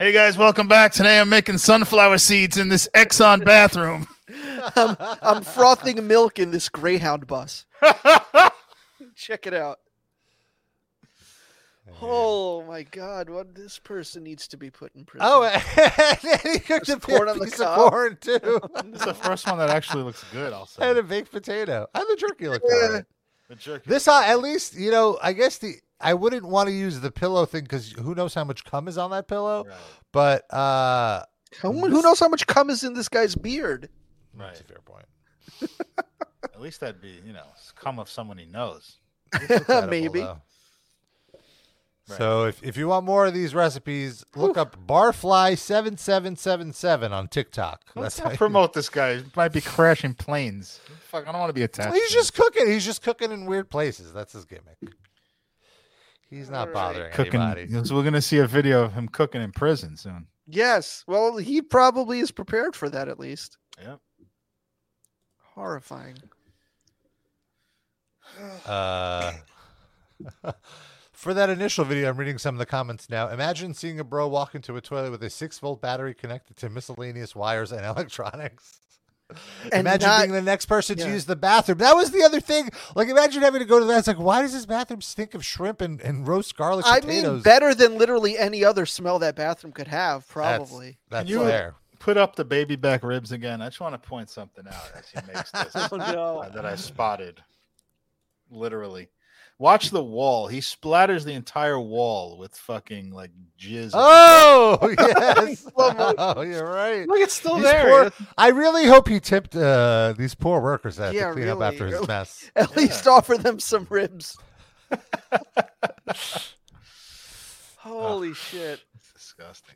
Speaker 5: Hey guys, welcome back. Today I'm making sunflower seeds in this Exxon bathroom.
Speaker 4: I'm, I'm frothing milk in this Greyhound bus. Check it out. Oh my God! What this person needs to be put in prison.
Speaker 2: Oh, and he cooked a
Speaker 4: There's corn on the
Speaker 2: piece of
Speaker 4: cob.
Speaker 2: corn too.
Speaker 5: This is the first one that actually looks good. I'll say
Speaker 2: and a baked potato. And the jerky looked
Speaker 5: Yeah.
Speaker 2: all right.
Speaker 5: the jerky.
Speaker 2: This, uh, at least, you know, I guess the I wouldn't want to use the pillow thing because who knows how much cum is on that pillow. But uh,
Speaker 4: How- who knows how much cum is in this guy's beard?
Speaker 2: That's a fair point.
Speaker 5: At least that'd be, you know, come of someone he knows.
Speaker 4: Uh, Maybe.
Speaker 2: So if, if you want more of these recipes, look up barfly7777 on TikTok.
Speaker 5: Let's
Speaker 2: That's
Speaker 5: not
Speaker 2: how you-
Speaker 5: promote this guy. He might be crashing planes. Fuck, I don't want to be attached.
Speaker 2: He's
Speaker 5: to
Speaker 2: just cooking. He's just cooking in weird places. That's his gimmick. He's not bothering
Speaker 5: him. cooking.
Speaker 2: anybody.
Speaker 5: So we're gonna see a video of him cooking in prison soon.
Speaker 4: Yes. Well, he probably is prepared for that at least.
Speaker 5: Yeah.
Speaker 4: Horrifying.
Speaker 2: Uh, for that initial video, I'm reading some of the comments now. Imagine seeing a bro walk into a toilet with a six volt battery connected to miscellaneous wires and electronics.
Speaker 6: And
Speaker 2: imagine
Speaker 6: not-
Speaker 2: being the next person to
Speaker 6: yeah.
Speaker 2: use the bathroom. That was the other thing. Like, imagine having to go to that. It's like, why does this bathroom stink of shrimp and, and roast garlic
Speaker 4: I
Speaker 2: potatoes?
Speaker 4: mean, better than literally any other smell that bathroom could have,
Speaker 2: That's-
Speaker 4: probably.
Speaker 2: That's,
Speaker 5: you-
Speaker 2: fair.
Speaker 5: Put up the baby back ribs again. I just want to point something out as he makes this uh, that I spotted. Literally, watch the wall. He splatters the entire wall with fucking like jizz.
Speaker 2: Oh yes! oh, you're right.
Speaker 4: Look, it's still
Speaker 2: These poor-
Speaker 4: there.
Speaker 2: I really hope he tipped uh, these poor workers that had
Speaker 4: Yeah,
Speaker 2: to clean
Speaker 4: really.
Speaker 2: up after his mess.
Speaker 4: At least offer them some ribs. Holy shit.
Speaker 5: Disgusting.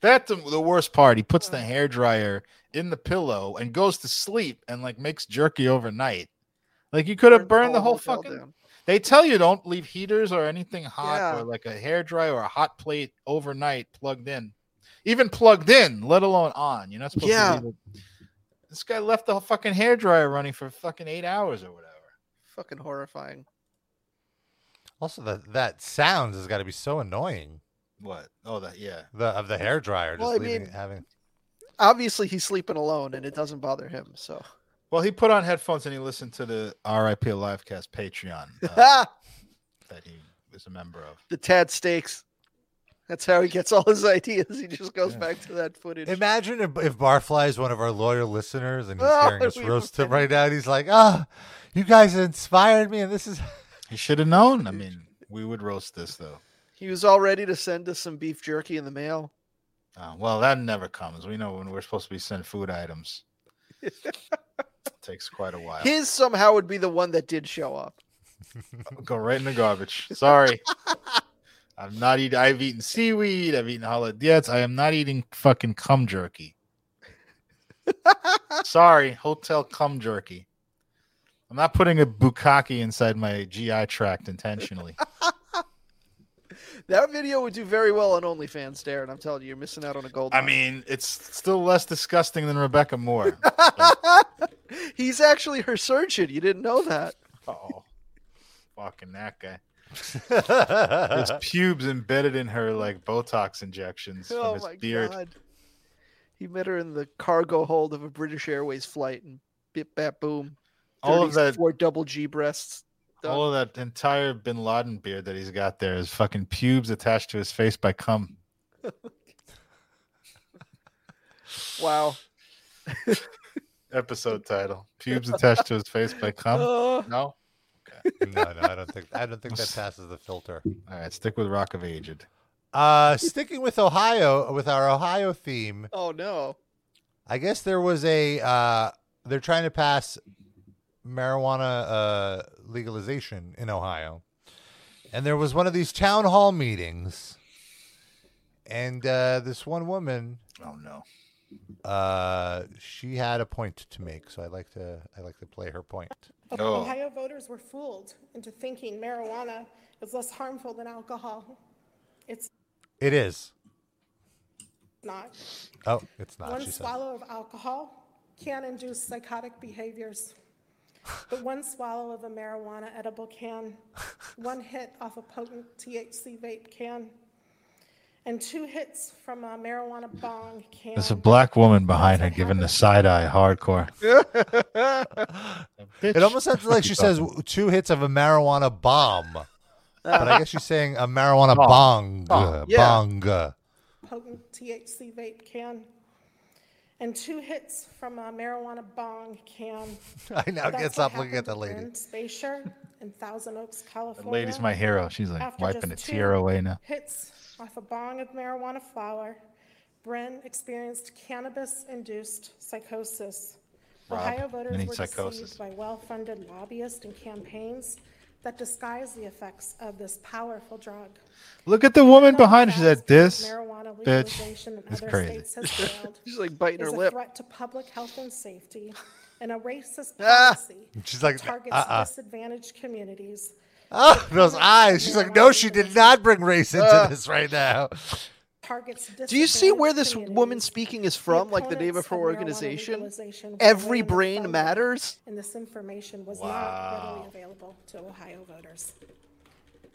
Speaker 5: That's the, the worst part. He puts the hair dryer in the pillow and goes to sleep and like makes jerky overnight. Like you could have burned the whole fucking. They tell you don't leave heaters or anything hot
Speaker 4: Yeah.
Speaker 5: or like a hair dryer or a hot plate overnight plugged in, even plugged in, let alone on. You're not supposed
Speaker 4: Yeah.
Speaker 5: to. Leave it. This guy left the whole fucking hair dryer running for fucking eight hours or whatever.
Speaker 4: Fucking horrifying.
Speaker 2: Also, that that sounds has got to be so annoying.
Speaker 5: What? Oh, that yeah.
Speaker 2: The of the hair dryer just
Speaker 4: Well, I
Speaker 2: leaving
Speaker 4: mean-
Speaker 2: having.
Speaker 4: Obviously, he's sleeping alone and it doesn't bother him. So,
Speaker 5: Well, he put on headphones and he listened to the RIP Livecast Patreon uh,
Speaker 4: ha!
Speaker 5: that he was a member of.
Speaker 4: the Tad Stakes. That's how he gets all his ideas. He just goes back to that footage.
Speaker 2: Imagine if, if Barfly is one of our loyal listeners and he's
Speaker 4: Oh,
Speaker 2: hearing us
Speaker 4: we
Speaker 2: roast him right now. And he's like, ah, you guys inspired me, and this is.
Speaker 5: He should have known. I mean, we would roast this though.
Speaker 4: He was all ready to send us some beef jerky in the mail.
Speaker 5: Uh, well, that never comes. We know when we're supposed to be sent food items. takes quite a while.
Speaker 4: His somehow would be the one that did show up.
Speaker 5: Go right in the garbage. Sorry. I'm not eating. I've eaten seaweed. I've eaten holodets. I am not eating fucking cum jerky. Sorry, hotel cum jerky. I'm not putting a bukkake inside my GI tract intentionally.
Speaker 4: That video would do very well on OnlyFans, Darren. I'm telling you, you're missing out on a gold.
Speaker 5: I mean, it's still less disgusting than Rebecca Moore.
Speaker 4: he's actually her surgeon. You didn't know that.
Speaker 5: Oh, fucking that guy. His pubes embedded in her like Botox injections from
Speaker 4: oh
Speaker 5: his
Speaker 4: my
Speaker 5: beard.
Speaker 4: god. He met her in the cargo hold of a British Airways flight and bip bap boom.
Speaker 5: All of that-
Speaker 4: four double G breasts. done.
Speaker 5: All of that entire Bin Laden beard that he's got there is fucking pubes attached to his face by cum.
Speaker 4: Wow.
Speaker 5: Episode title: Pubes attached to his face by cum.
Speaker 4: Uh.
Speaker 5: No.
Speaker 2: no, no, I don't think I don't think that passes the filter.
Speaker 5: All right, stick with Rock of Aged.
Speaker 2: Uh, sticking with Ohio, with our Ohio theme,
Speaker 4: Oh no.
Speaker 2: I guess there was a uh, they're trying to pass marijuana uh, legalization in Ohio, and there was one of these town hall meetings, and uh, this one woman,
Speaker 5: Oh no.
Speaker 2: uh, she had a point to make, so I like to I like to play her point.
Speaker 5: Oh.
Speaker 18: Ohio voters were fooled into thinking marijuana is less harmful than alcohol. It's
Speaker 2: it is.
Speaker 18: not.
Speaker 2: Oh, it's
Speaker 5: Ah,
Speaker 2: not.
Speaker 18: one
Speaker 2: she said.
Speaker 18: swallow of alcohol can induce psychotic behaviors, but one swallow of a marijuana edible can, one hit off a potent THC vape can, and two hits from a marijuana bong can.
Speaker 5: There's a black woman behind her giving the side eye hardcore.
Speaker 2: It almost sounds like she says two hits of a marijuana
Speaker 18: Uh.
Speaker 2: bomb. But I guess she's saying a marijuana
Speaker 6: Bong.
Speaker 2: bong.
Speaker 6: Bong.
Speaker 2: Bong.
Speaker 6: Yeah.
Speaker 18: potent THC vape can, and two hits from a marijuana bong can.
Speaker 2: I
Speaker 18: That's
Speaker 2: now can't
Speaker 18: what
Speaker 2: stop looking
Speaker 18: happened
Speaker 2: at
Speaker 18: to
Speaker 2: that lady.
Speaker 18: Bryn Spatier in Thousand Oaks, California.
Speaker 5: lady's my hero. She's, like,
Speaker 18: After
Speaker 5: wiping
Speaker 18: just
Speaker 5: a
Speaker 18: two
Speaker 5: tear away now.
Speaker 18: Hits off a bong of marijuana flower. Bren experienced cannabis-induced psychosis.
Speaker 5: Rob,
Speaker 18: Ohio
Speaker 5: mini
Speaker 18: voters were
Speaker 5: psychosis.
Speaker 18: deceived by well-funded lobbyists and campaigns that disguise the effects of this powerful drug.
Speaker 5: Look at the woman behind her. She's at this
Speaker 18: Marijuana
Speaker 5: bitch
Speaker 18: legalization in
Speaker 5: is
Speaker 18: other
Speaker 5: crazy.
Speaker 18: states has failed.
Speaker 4: She's like biting
Speaker 18: is
Speaker 4: her
Speaker 18: a
Speaker 4: lip.
Speaker 18: threat to public health and safety, and a racist
Speaker 2: Ah!
Speaker 18: policy
Speaker 2: She's like,
Speaker 18: that targets
Speaker 2: uh-uh.
Speaker 18: disadvantaged communities.
Speaker 2: Oh, those eyes. She's like, no, she did not bring race into
Speaker 4: Uh.
Speaker 2: this right now.
Speaker 18: Targets
Speaker 4: Do you see where this woman speaking is from? Like the name of her organization? Every brain matters.
Speaker 18: and this information was not
Speaker 4: Wow.
Speaker 18: readily available to Ohio voters.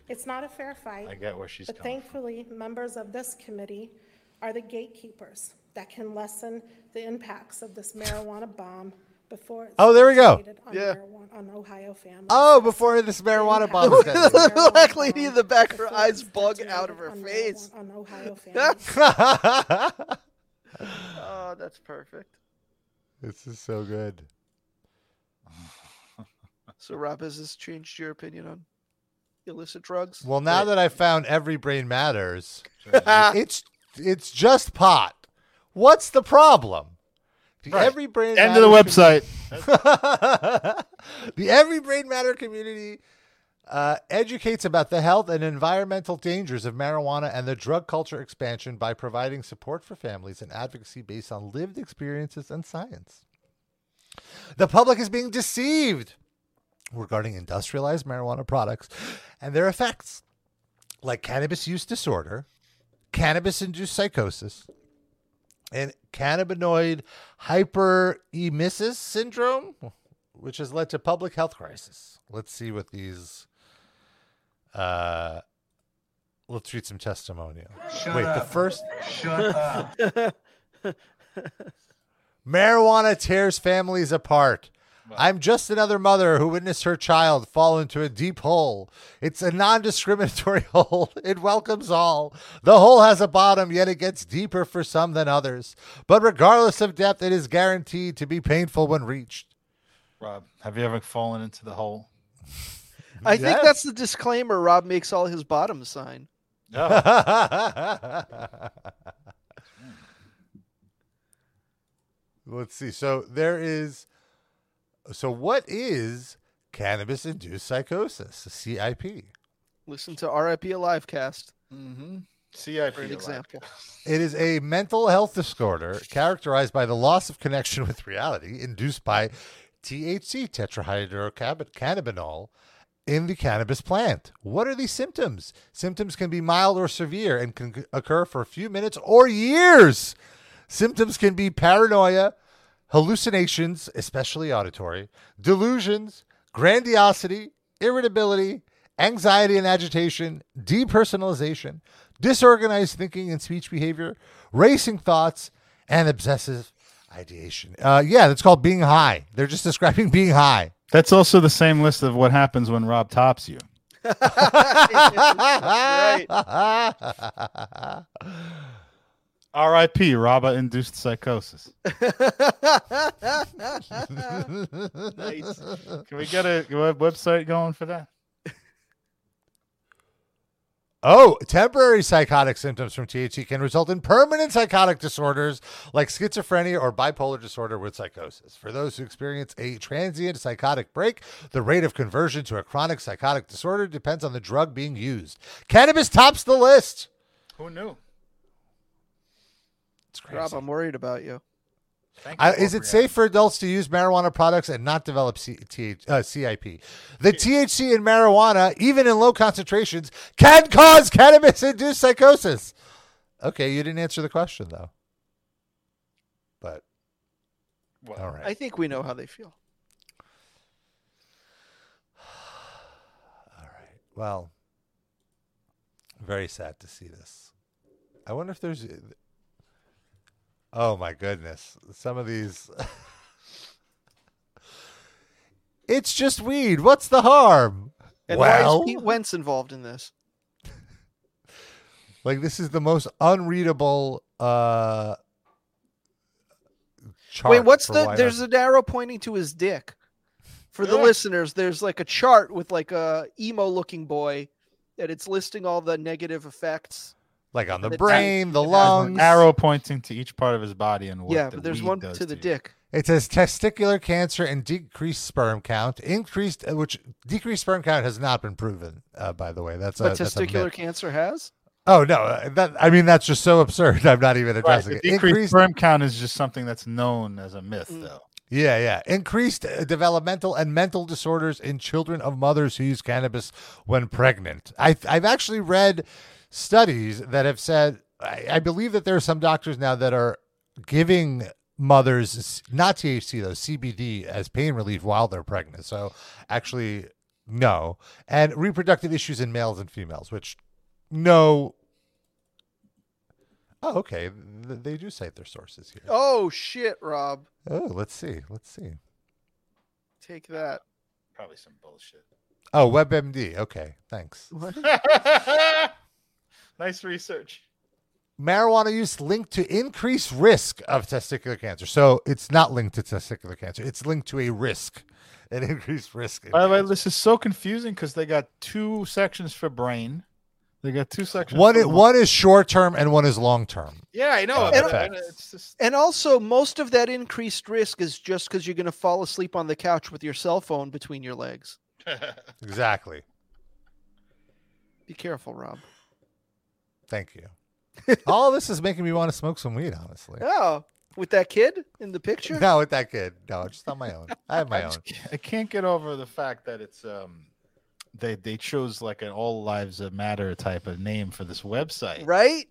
Speaker 18: It's not a fair fight.
Speaker 5: I get where she's
Speaker 18: But
Speaker 5: coming
Speaker 18: thankfully, members of this committee are the gatekeepers that can lessen the impacts of this marijuana bomb before it's
Speaker 2: Oh, there we go.
Speaker 18: perpetrated on
Speaker 2: Yeah.
Speaker 18: marijuana- on Ohio families.
Speaker 2: Oh, before this marijuana bomb was done.
Speaker 4: The black lady in the back, her eyes bug out of her face.
Speaker 18: On Ohio
Speaker 4: oh, that's perfect.
Speaker 2: This is so good.
Speaker 4: So, Rob, has this changed your opinion on illicit drugs?
Speaker 2: Well, now that I found every brain matters, it's it's just pot. What's the problem? The
Speaker 5: Right.
Speaker 2: every brain
Speaker 5: End of the
Speaker 2: Matters
Speaker 5: website.
Speaker 2: community- the every brain matter community uh, educates about the health and environmental dangers of marijuana and the drug culture expansion by providing support for families and advocacy based on lived experiences and science. The public is being deceived regarding industrialized marijuana products and their effects, like cannabis use disorder, cannabis induced psychosis, and cannabinoid hyperemesis syndrome, which has led to public health crisis. Let's see what these. Uh, let's read some testimonial.
Speaker 6: Shut
Speaker 2: Wait, the
Speaker 6: up.
Speaker 2: first.
Speaker 6: Shut up.
Speaker 2: Marijuana tears families apart. I'm just another mother who witnessed her child fall into a deep hole. It's a non discriminatory hole. It welcomes all. The hole has a bottom, yet it gets deeper for some than others. But regardless of depth, it is guaranteed to be painful when reached.
Speaker 5: Rob, have you ever fallen into the hole?
Speaker 4: I think that's the disclaimer Rob makes all his bottoms sign.
Speaker 2: Let's see. So there is. So what is cannabis-induced psychosis? CIP.
Speaker 4: Listen to RIP Alive cast.
Speaker 5: Mm-hmm. CIP.
Speaker 4: For an example.
Speaker 2: It is a mental health disorder characterized by the loss of connection with reality induced by THC, tetrahydrocannabinol, in the cannabis plant. What are these symptoms? Symptoms can be mild or severe and can c- occur for a few minutes or years. Symptoms can be paranoia, hallucinations, especially auditory, delusions, grandiosity, irritability, anxiety and agitation, depersonalization, disorganized thinking and speech behavior, racing thoughts, and obsessive ideation. Uh, yeah, that's called being high. They're just describing being high.
Speaker 5: That's also the same list of what happens when Rob tops you. R.I.P. Rob induced psychosis.
Speaker 6: nice.
Speaker 5: Can we get a web- website going for that?
Speaker 2: Oh, temporary psychotic symptoms from THC can result in permanent psychotic disorders like schizophrenia or bipolar disorder with psychosis. For those who experience a transient psychotic break, the rate of conversion to a chronic psychotic disorder depends on the drug being used. Cannabis tops the list.
Speaker 5: Who knew?
Speaker 4: Rob, I'm worried about you.
Speaker 2: I, is it safe for adults to use marijuana products and not develop C- TH, uh, CIP? The THC in marijuana, even in low concentrations, can cause cannabis induced psychosis. Okay, you didn't answer the question, though. But, all right.
Speaker 4: I think we know how they feel.
Speaker 2: Well, very sad to see this. I wonder if there's. Oh my goodness. Some of these. it's just weed. What's the harm?
Speaker 4: And why
Speaker 2: well,
Speaker 4: is Pete Wentz involved in this?
Speaker 2: like this is the most unreadable uh chart.
Speaker 4: Wait, what's
Speaker 2: for
Speaker 4: the?
Speaker 2: why
Speaker 4: There's
Speaker 2: not-
Speaker 4: an arrow pointing to his dick. For the
Speaker 2: Yeah.
Speaker 4: listeners, there's like a chart with like a emo looking boy, and it's listing all the negative effects
Speaker 2: like on the,
Speaker 4: The
Speaker 2: brain,
Speaker 4: dick.
Speaker 2: the
Speaker 4: It has an
Speaker 2: lungs.
Speaker 5: Arrow pointing to each part of his body and what
Speaker 4: yeah,
Speaker 5: the
Speaker 4: but there's
Speaker 5: weed
Speaker 4: one
Speaker 5: does
Speaker 4: to the dick.
Speaker 2: It says testicular cancer and decreased sperm count, increased uh, which decreased sperm count has not been proven. Uh, by the way, that's a,
Speaker 4: But
Speaker 2: that's a
Speaker 4: testicular
Speaker 2: myth.
Speaker 4: cancer has.
Speaker 2: Oh no, uh, that I mean that's just so absurd. I'm not even
Speaker 5: Right,
Speaker 2: addressing
Speaker 5: the
Speaker 2: it.
Speaker 5: decreased sperm count is just something that's known as a myth,
Speaker 4: Mm.
Speaker 5: though.
Speaker 2: Yeah, yeah. Increased uh, developmental and mental disorders in children of mothers who use cannabis when pregnant. I, I've actually read studies that have said, I, I believe that there are some doctors now that are giving mothers s- not THC, though, CBD as pain relief while they're pregnant. So actually, no. And reproductive issues in males and females, which no. Oh, okay. Th- They do cite their sources here.
Speaker 4: Oh shit, Rob,
Speaker 2: Oh, let's see. Let's see.
Speaker 4: take that.
Speaker 5: Probably some bullshit.
Speaker 2: Oh, WebMD. Okay, thanks.
Speaker 5: nice research.
Speaker 2: Marijuana use linked to increased risk of testicular cancer. So it's not linked to testicular cancer. It's linked to a risk, an increased risk.
Speaker 5: By the way, this is so confusing because they got two sections for brain. They got two sections.
Speaker 2: One, i-
Speaker 5: for-
Speaker 2: one is short term and one is long term.
Speaker 5: Yeah, I know.
Speaker 2: Uh,
Speaker 5: but,
Speaker 2: facts.
Speaker 5: uh, it's just-
Speaker 4: And also, most of that increased risk is just because you're going to fall asleep on the couch with your cell phone between your legs.
Speaker 2: Exactly.
Speaker 4: Be careful, Rob.
Speaker 2: Thank you. All this is making me want to smoke some weed, honestly.
Speaker 4: Oh, with that kid in the picture?
Speaker 2: No, with that kid. No, just on my own. I have my
Speaker 5: I
Speaker 2: own.
Speaker 5: just can't- I can't get over the fact that it's um they they chose like an all lives that matter type of name for this website.
Speaker 4: Right?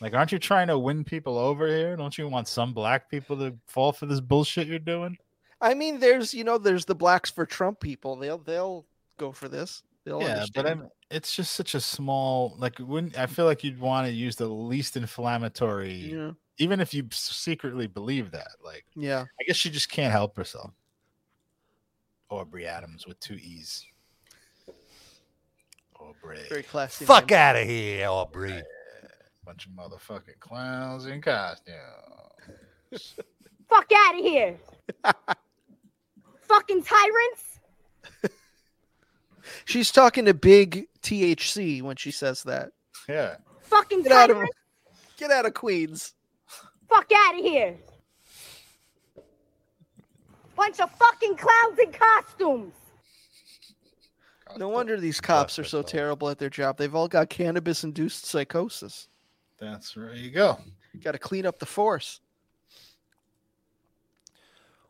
Speaker 5: Like aren't you trying to win people over here? Don't you want some black people to fall for this bullshit you're doing?
Speaker 4: I mean, there's you know, there's the blacks for Trump people. They'll they'll go for this. They'll
Speaker 5: yeah,
Speaker 4: understand.
Speaker 5: but I'm, it's just such a small like wouldn't I feel like you'd want to use the least inflammatory
Speaker 4: Yeah.
Speaker 5: even if you s- secretly believe that. Like
Speaker 4: yeah.
Speaker 5: I guess she just can't help herself. Aubrey Adams with two E's. Aubrey.
Speaker 4: Very classy.
Speaker 2: Fuck
Speaker 4: name.
Speaker 2: out of here, Aubrey.
Speaker 5: Bunch of motherfucking clowns in costume.
Speaker 11: Fuck out of here. Fucking tyrants.
Speaker 4: She's talking to big THC when she says that.
Speaker 5: Yeah.
Speaker 11: Fucking
Speaker 4: Get out of
Speaker 11: tyrants.
Speaker 4: get out of Queens.
Speaker 11: Fuck out of here. Bunch of fucking clowns in costumes.
Speaker 4: No wonder these cops are so terrible at their job. They've all got cannabis induced psychosis.
Speaker 5: That's where you go.
Speaker 4: Got to clean up the force.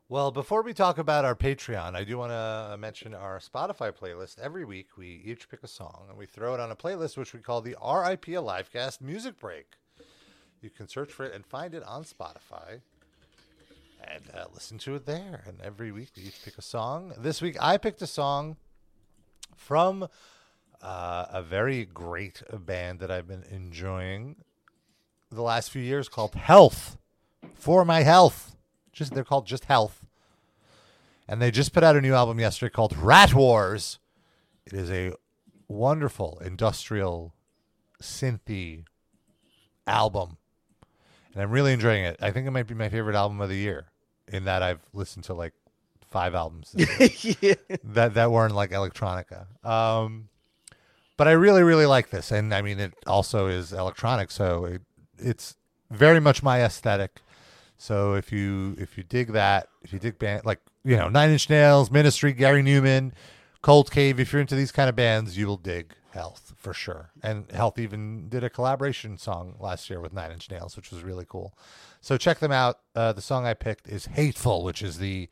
Speaker 2: Well, before we talk about our Patreon, I do want to mention our Spotify playlist. Every week, we each pick a song and we throw it on a playlist which we call the RIP Livecast Music Break. You can search for it and find it on Spotify and uh, listen to it there. And every week, we each pick a song. This week, I picked a song from uh, a very great band that I've been enjoying the last few years called Health for My Health. Just they're called just Health, and they just put out a new album yesterday called Rat Wars. It is a wonderful industrial synthy album, and I'm really enjoying it. I think it might be my favorite album of the year. In that I've listened to like five albums this year that that weren't like electronica. Um, but I really really like this, and I mean it also is electronic, so it it's very much my aesthetic. So if you if you dig that, if you dig band like you know Nine Inch Nails, Ministry, Gary Newman, Cold Cave, if you're into these kind of bands, you will dig Health for sure. And Health even did a collaboration song last year with Nine Inch Nails, which was really cool. So check them out. Uh, the song I picked is "Hateful," which is the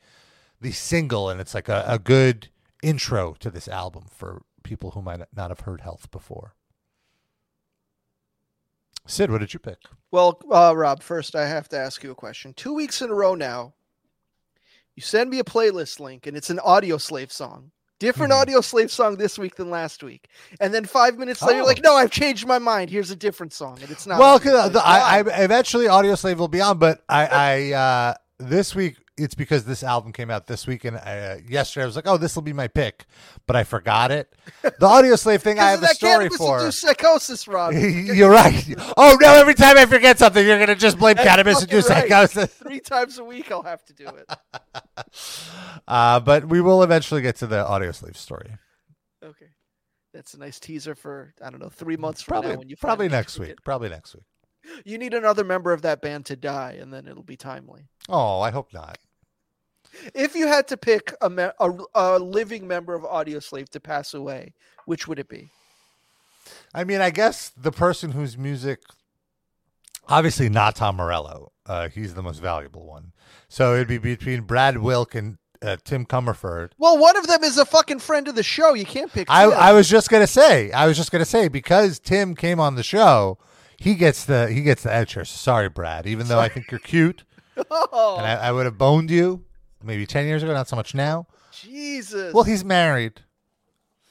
Speaker 2: the single, and it's like a, a good intro to this album for people who might not have heard Health before. Sid, what did you pick?
Speaker 4: Well, uh, Rob, first I have to ask you a question. Two weeks in a row now, you send me a playlist link, and it's an Audio Slave song.
Speaker 2: Hmm.
Speaker 4: Different Audio Slave song this week than last week. And then five minutes later, you're like, no, I've changed my mind. Here's a different song, and it's not.
Speaker 2: Oh. well,
Speaker 4: Audio
Speaker 2: 'cause, uh,
Speaker 4: Slave.
Speaker 2: the- I, I eventually Audio Slave will be on, but I, I uh, this week it's because this album came out this week, and uh, yesterday I was like, oh, this will be my pick, but I forgot it. The Audio Slave thing I
Speaker 4: Because of
Speaker 2: have a
Speaker 4: that
Speaker 2: story
Speaker 4: cannabis
Speaker 2: for.
Speaker 4: induced psychosis, Rob.
Speaker 2: You're right. Oh no! Every time I forget something, you're gonna just blame
Speaker 4: That's
Speaker 2: cannabis and
Speaker 4: fucking
Speaker 2: do
Speaker 4: right.
Speaker 2: psychosis.
Speaker 4: Three times a week, I'll have to do it.
Speaker 2: Uh, but we will eventually get to the audio slave story.
Speaker 4: Okay. That's a nice teaser for I don't know three months from
Speaker 2: Probably,
Speaker 4: now when you
Speaker 2: probably
Speaker 4: finally
Speaker 2: next
Speaker 4: drink
Speaker 2: week. Probably next week.
Speaker 4: it. You need another member of that band to die, and then it'll be timely.
Speaker 2: Oh, I hope not.
Speaker 4: If you had to pick a me- a, a living member of Audio Slave to pass away, which would it be?
Speaker 2: I mean, I guess the person whose music, obviously not Tom Morello, uh, he's the most valuable one. So it'd be between Brad Wilk and uh, Tim Comerford.
Speaker 4: Well, one of them is a fucking friend of the show. You can't pick.
Speaker 2: I,
Speaker 4: two.
Speaker 2: I was just gonna say, I was just gonna say because Tim came on the show, he gets the he gets the edge here. So Sorry, Brad. Even though I think you're cute,
Speaker 4: Oh,
Speaker 2: and I, I would have boned you maybe ten years ago, not so much now.
Speaker 4: Jesus.
Speaker 2: Well, he's married.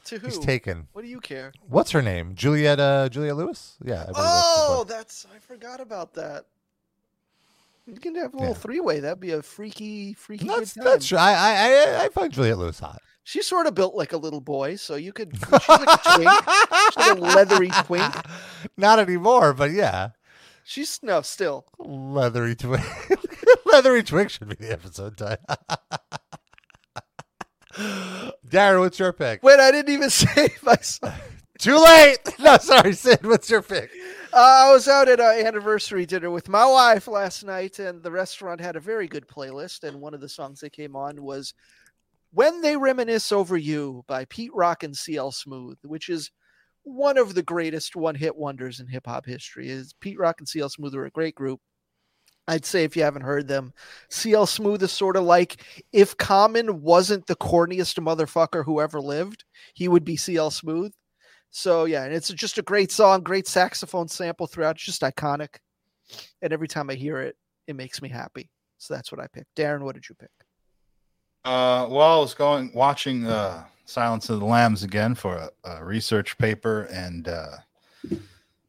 Speaker 4: to who?
Speaker 2: He's taken.
Speaker 4: What do you care?
Speaker 2: What's her name? Julietta Julia Lewis? Yeah. I believe that's the
Speaker 4: Oh, that's I forgot about that. You can have a little three-way. That'd be a freaky, freaky.
Speaker 2: That's
Speaker 4: good time.
Speaker 2: that's true. I I I, I find Juliette Lewis hot.
Speaker 4: She's sort of built like a little boy, so you could. She's like a twink. She's like a leathery twink.
Speaker 2: Not anymore, but yeah,
Speaker 4: She's no, still.
Speaker 2: leathery twig. leathery twig should be the episode title. Darren, what's your pick?
Speaker 4: Wait, I didn't even say myself.
Speaker 2: Too late. No, sorry, Sid. What's your pick?
Speaker 4: Uh, I was out at an anniversary dinner with my wife last night, and the restaurant had a very good playlist. And one of the songs that came on was "When They Reminisce Over You" by Pete Rock and CL Smooth, which is one of the greatest one-hit wonders in hip hop history. Is Pete Rock and CL Smooth are a great group. I'd say if you haven't heard them, CL Smooth is sort of like if Common wasn't the corniest motherfucker who ever lived, he would be CL Smooth. So yeah, and it's just a great song, great saxophone sample throughout. It's just iconic. And every time I hear it, it makes me happy. So that's what I picked. Darren, what did you pick?
Speaker 5: Uh, well, I was going watching uh, Silence of the Lambs again for a, a research paper, and uh,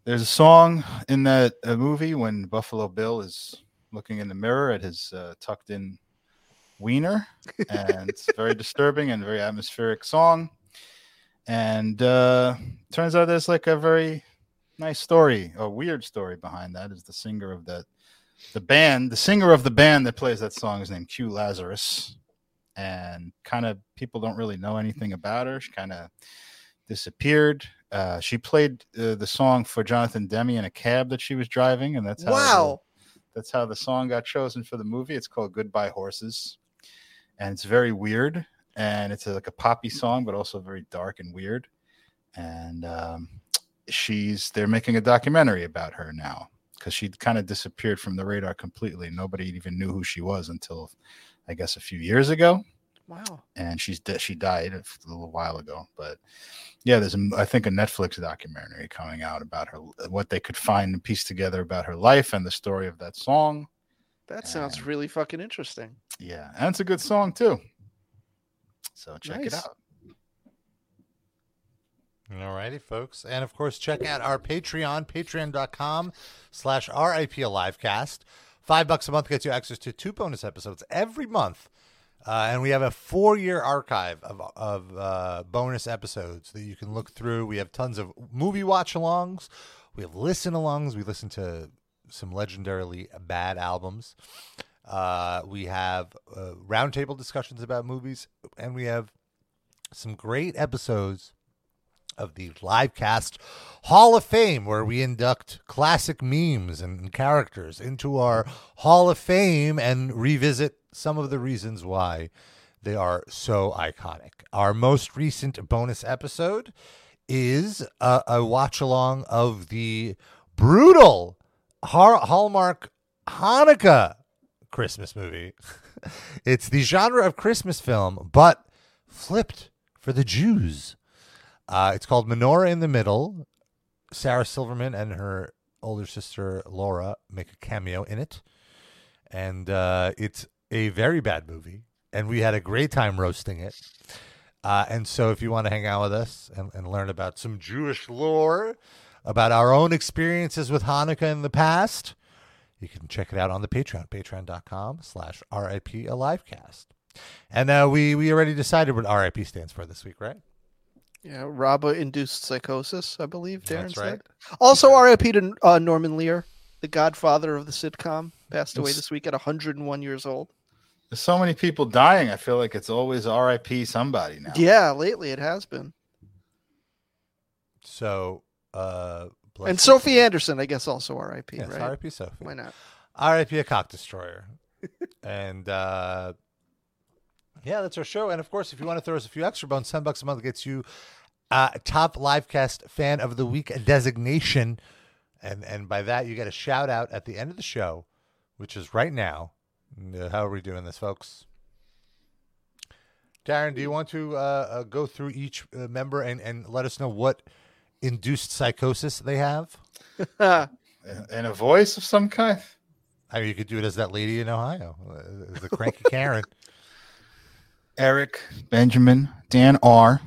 Speaker 5: there's a song in that uh, movie when Buffalo Bill is looking in the mirror at his uh, tucked-in wiener, and it's very disturbing and very atmospheric song. And uh, turns out there's like a very nice story, a weird story behind that. Is the singer of that, the band, the singer of the band that plays that song is named Q Lazarus and kind of people don't really know anything about her. She kind of disappeared. Uh, she played uh, the song for Jonathan Demi in a cab that she was driving, and that's how
Speaker 4: Wow.
Speaker 5: that's how the song got chosen for the movie. It's called "Goodbye Horses," and it's very weird, and it's a, like a poppy song, but also very dark and weird. And um, she's they're making a documentary about her now because she kind of disappeared from the radar completely. Nobody even knew who she was until, I guess, a few years ago.
Speaker 4: Wow.
Speaker 5: And she's di- she died a little while ago, but yeah, there's a, I think a Netflix documentary coming out about her, what they could find and piece together about her life and the story of that song.
Speaker 4: That sounds really fucking interesting.
Speaker 5: Yeah, and it's a good song too. So check it
Speaker 4: Nice.
Speaker 5: out.
Speaker 2: Alrighty, folks. And of course, check out our Patreon, patreon.com slash RIP Alivecast. Five bucks a month gets you access to two bonus episodes every month. Uh, and we have a four year archive of, of uh, bonus episodes that you can look through. We have tons of movie watch alongs, we have listen alongs. We listen to some legendarily bad albums. Uh, we have uh, roundtable discussions about movies, and we have some great episodes of the Livecast Hall of Fame, where we induct classic memes and characters into our Hall of Fame and revisit some of the reasons why they are so iconic. Our most recent bonus episode is a, a watch along of the brutal Har- Hallmark Hanukkah Christmas movie. it's the genre of Christmas film, but flipped for the Jews. Uh, it's called Menorah in the Middle. Sarah Silverman and her older sister Laura make a cameo in it, and uh, it's a very bad movie. And we had a great time roasting it. Uh, and so, if you want to hang out with us and, and learn about some Jewish lore, about our own experiences with Hanukkah in the past, you can check it out on the Patreon, patreon.com slash RIP Alivecast. And uh, we, we already decided what RIP stands for this week, right?
Speaker 4: Yeah, Raba induced psychosis, I believe. Darren
Speaker 2: That's
Speaker 4: said. Also, RIP to uh, Norman Lear, the godfather of the sitcom, passed away
Speaker 5: It's-
Speaker 4: this week at 101 years old.
Speaker 5: There's so many people dying. I feel like it's always R.I.P. somebody now.
Speaker 4: Yeah, lately it has been.
Speaker 2: So, uh, bless
Speaker 4: and
Speaker 2: you.
Speaker 4: Sophie Anderson, I guess, also R.I.P.
Speaker 2: Yes,
Speaker 4: right?
Speaker 2: R.I.P. Sophie.
Speaker 4: Why not?
Speaker 2: R.I.P. a cock destroyer. and uh, yeah, that's our show. And of course, if you want to throw us a few extra bones, ten bucks a month gets you uh, top livecast fan of the week designation, and and by that you get a shout out at the end of the show, which is right now. Uh, How are we doing this, folks? Darren, do you want to uh, uh, go through each uh, member and, and let us know what induced psychosis they have?
Speaker 5: and a voice of some kind?
Speaker 2: I mean, you could do it as that lady in Ohio, uh, the cranky Karen.
Speaker 5: Eric Benjamin, Dan R.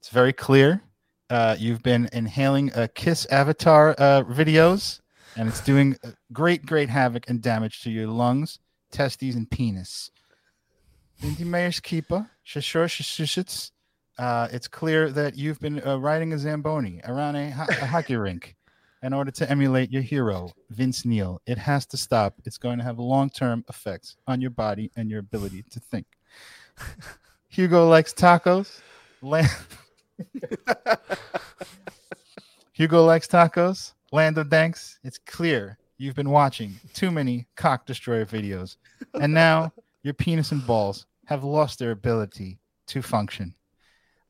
Speaker 5: It's very clear. Uh, you've been inhaling uh, Kiss Avatar uh, videos, and it's doing uh, great, great havoc and damage to your lungs, testes, and penis. Lindy Mayer's Keeper, Shashur Shashishits. Uh, it's clear that you've been uh, riding a Zamboni around a, ho- a hockey rink in order to emulate your hero, Vince Neil. It has to stop. It's going to have long term effects on your body and your ability to think. Hugo likes tacos. Land- Hugo likes tacos. Land of Danks. It's clear you've been watching too many cock destroyer videos, and now your penis and balls have lost their ability to function.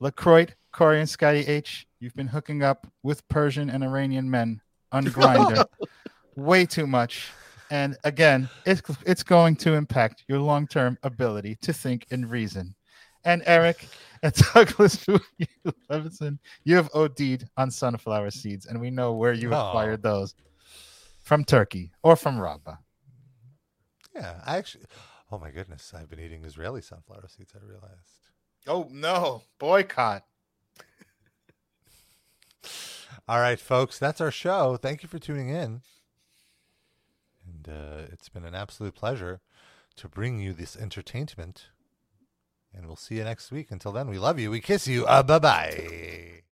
Speaker 5: Lacroix, Corey, and Scotty H. You've been hooking up with Persian and Iranian men on Grinder way too much, and again, it's it's going to impact your long term ability to think and reason. And Eric and Douglas Levinson, you have OD'd on sunflower seeds, and we know where you
Speaker 2: Oh.
Speaker 5: acquired those from Turkey or from Rabba.
Speaker 2: Yeah, I actually. Oh my goodness, I've been eating Israeli sunflower seeds. I realized.
Speaker 5: Oh no, boycott.
Speaker 2: All right, folks, that's our show. Thank you for tuning in, and uh, it's been an absolute pleasure to bring you this entertainment. And we'll see you next week. Until then, we love you. We kiss you. Uh, bye bye.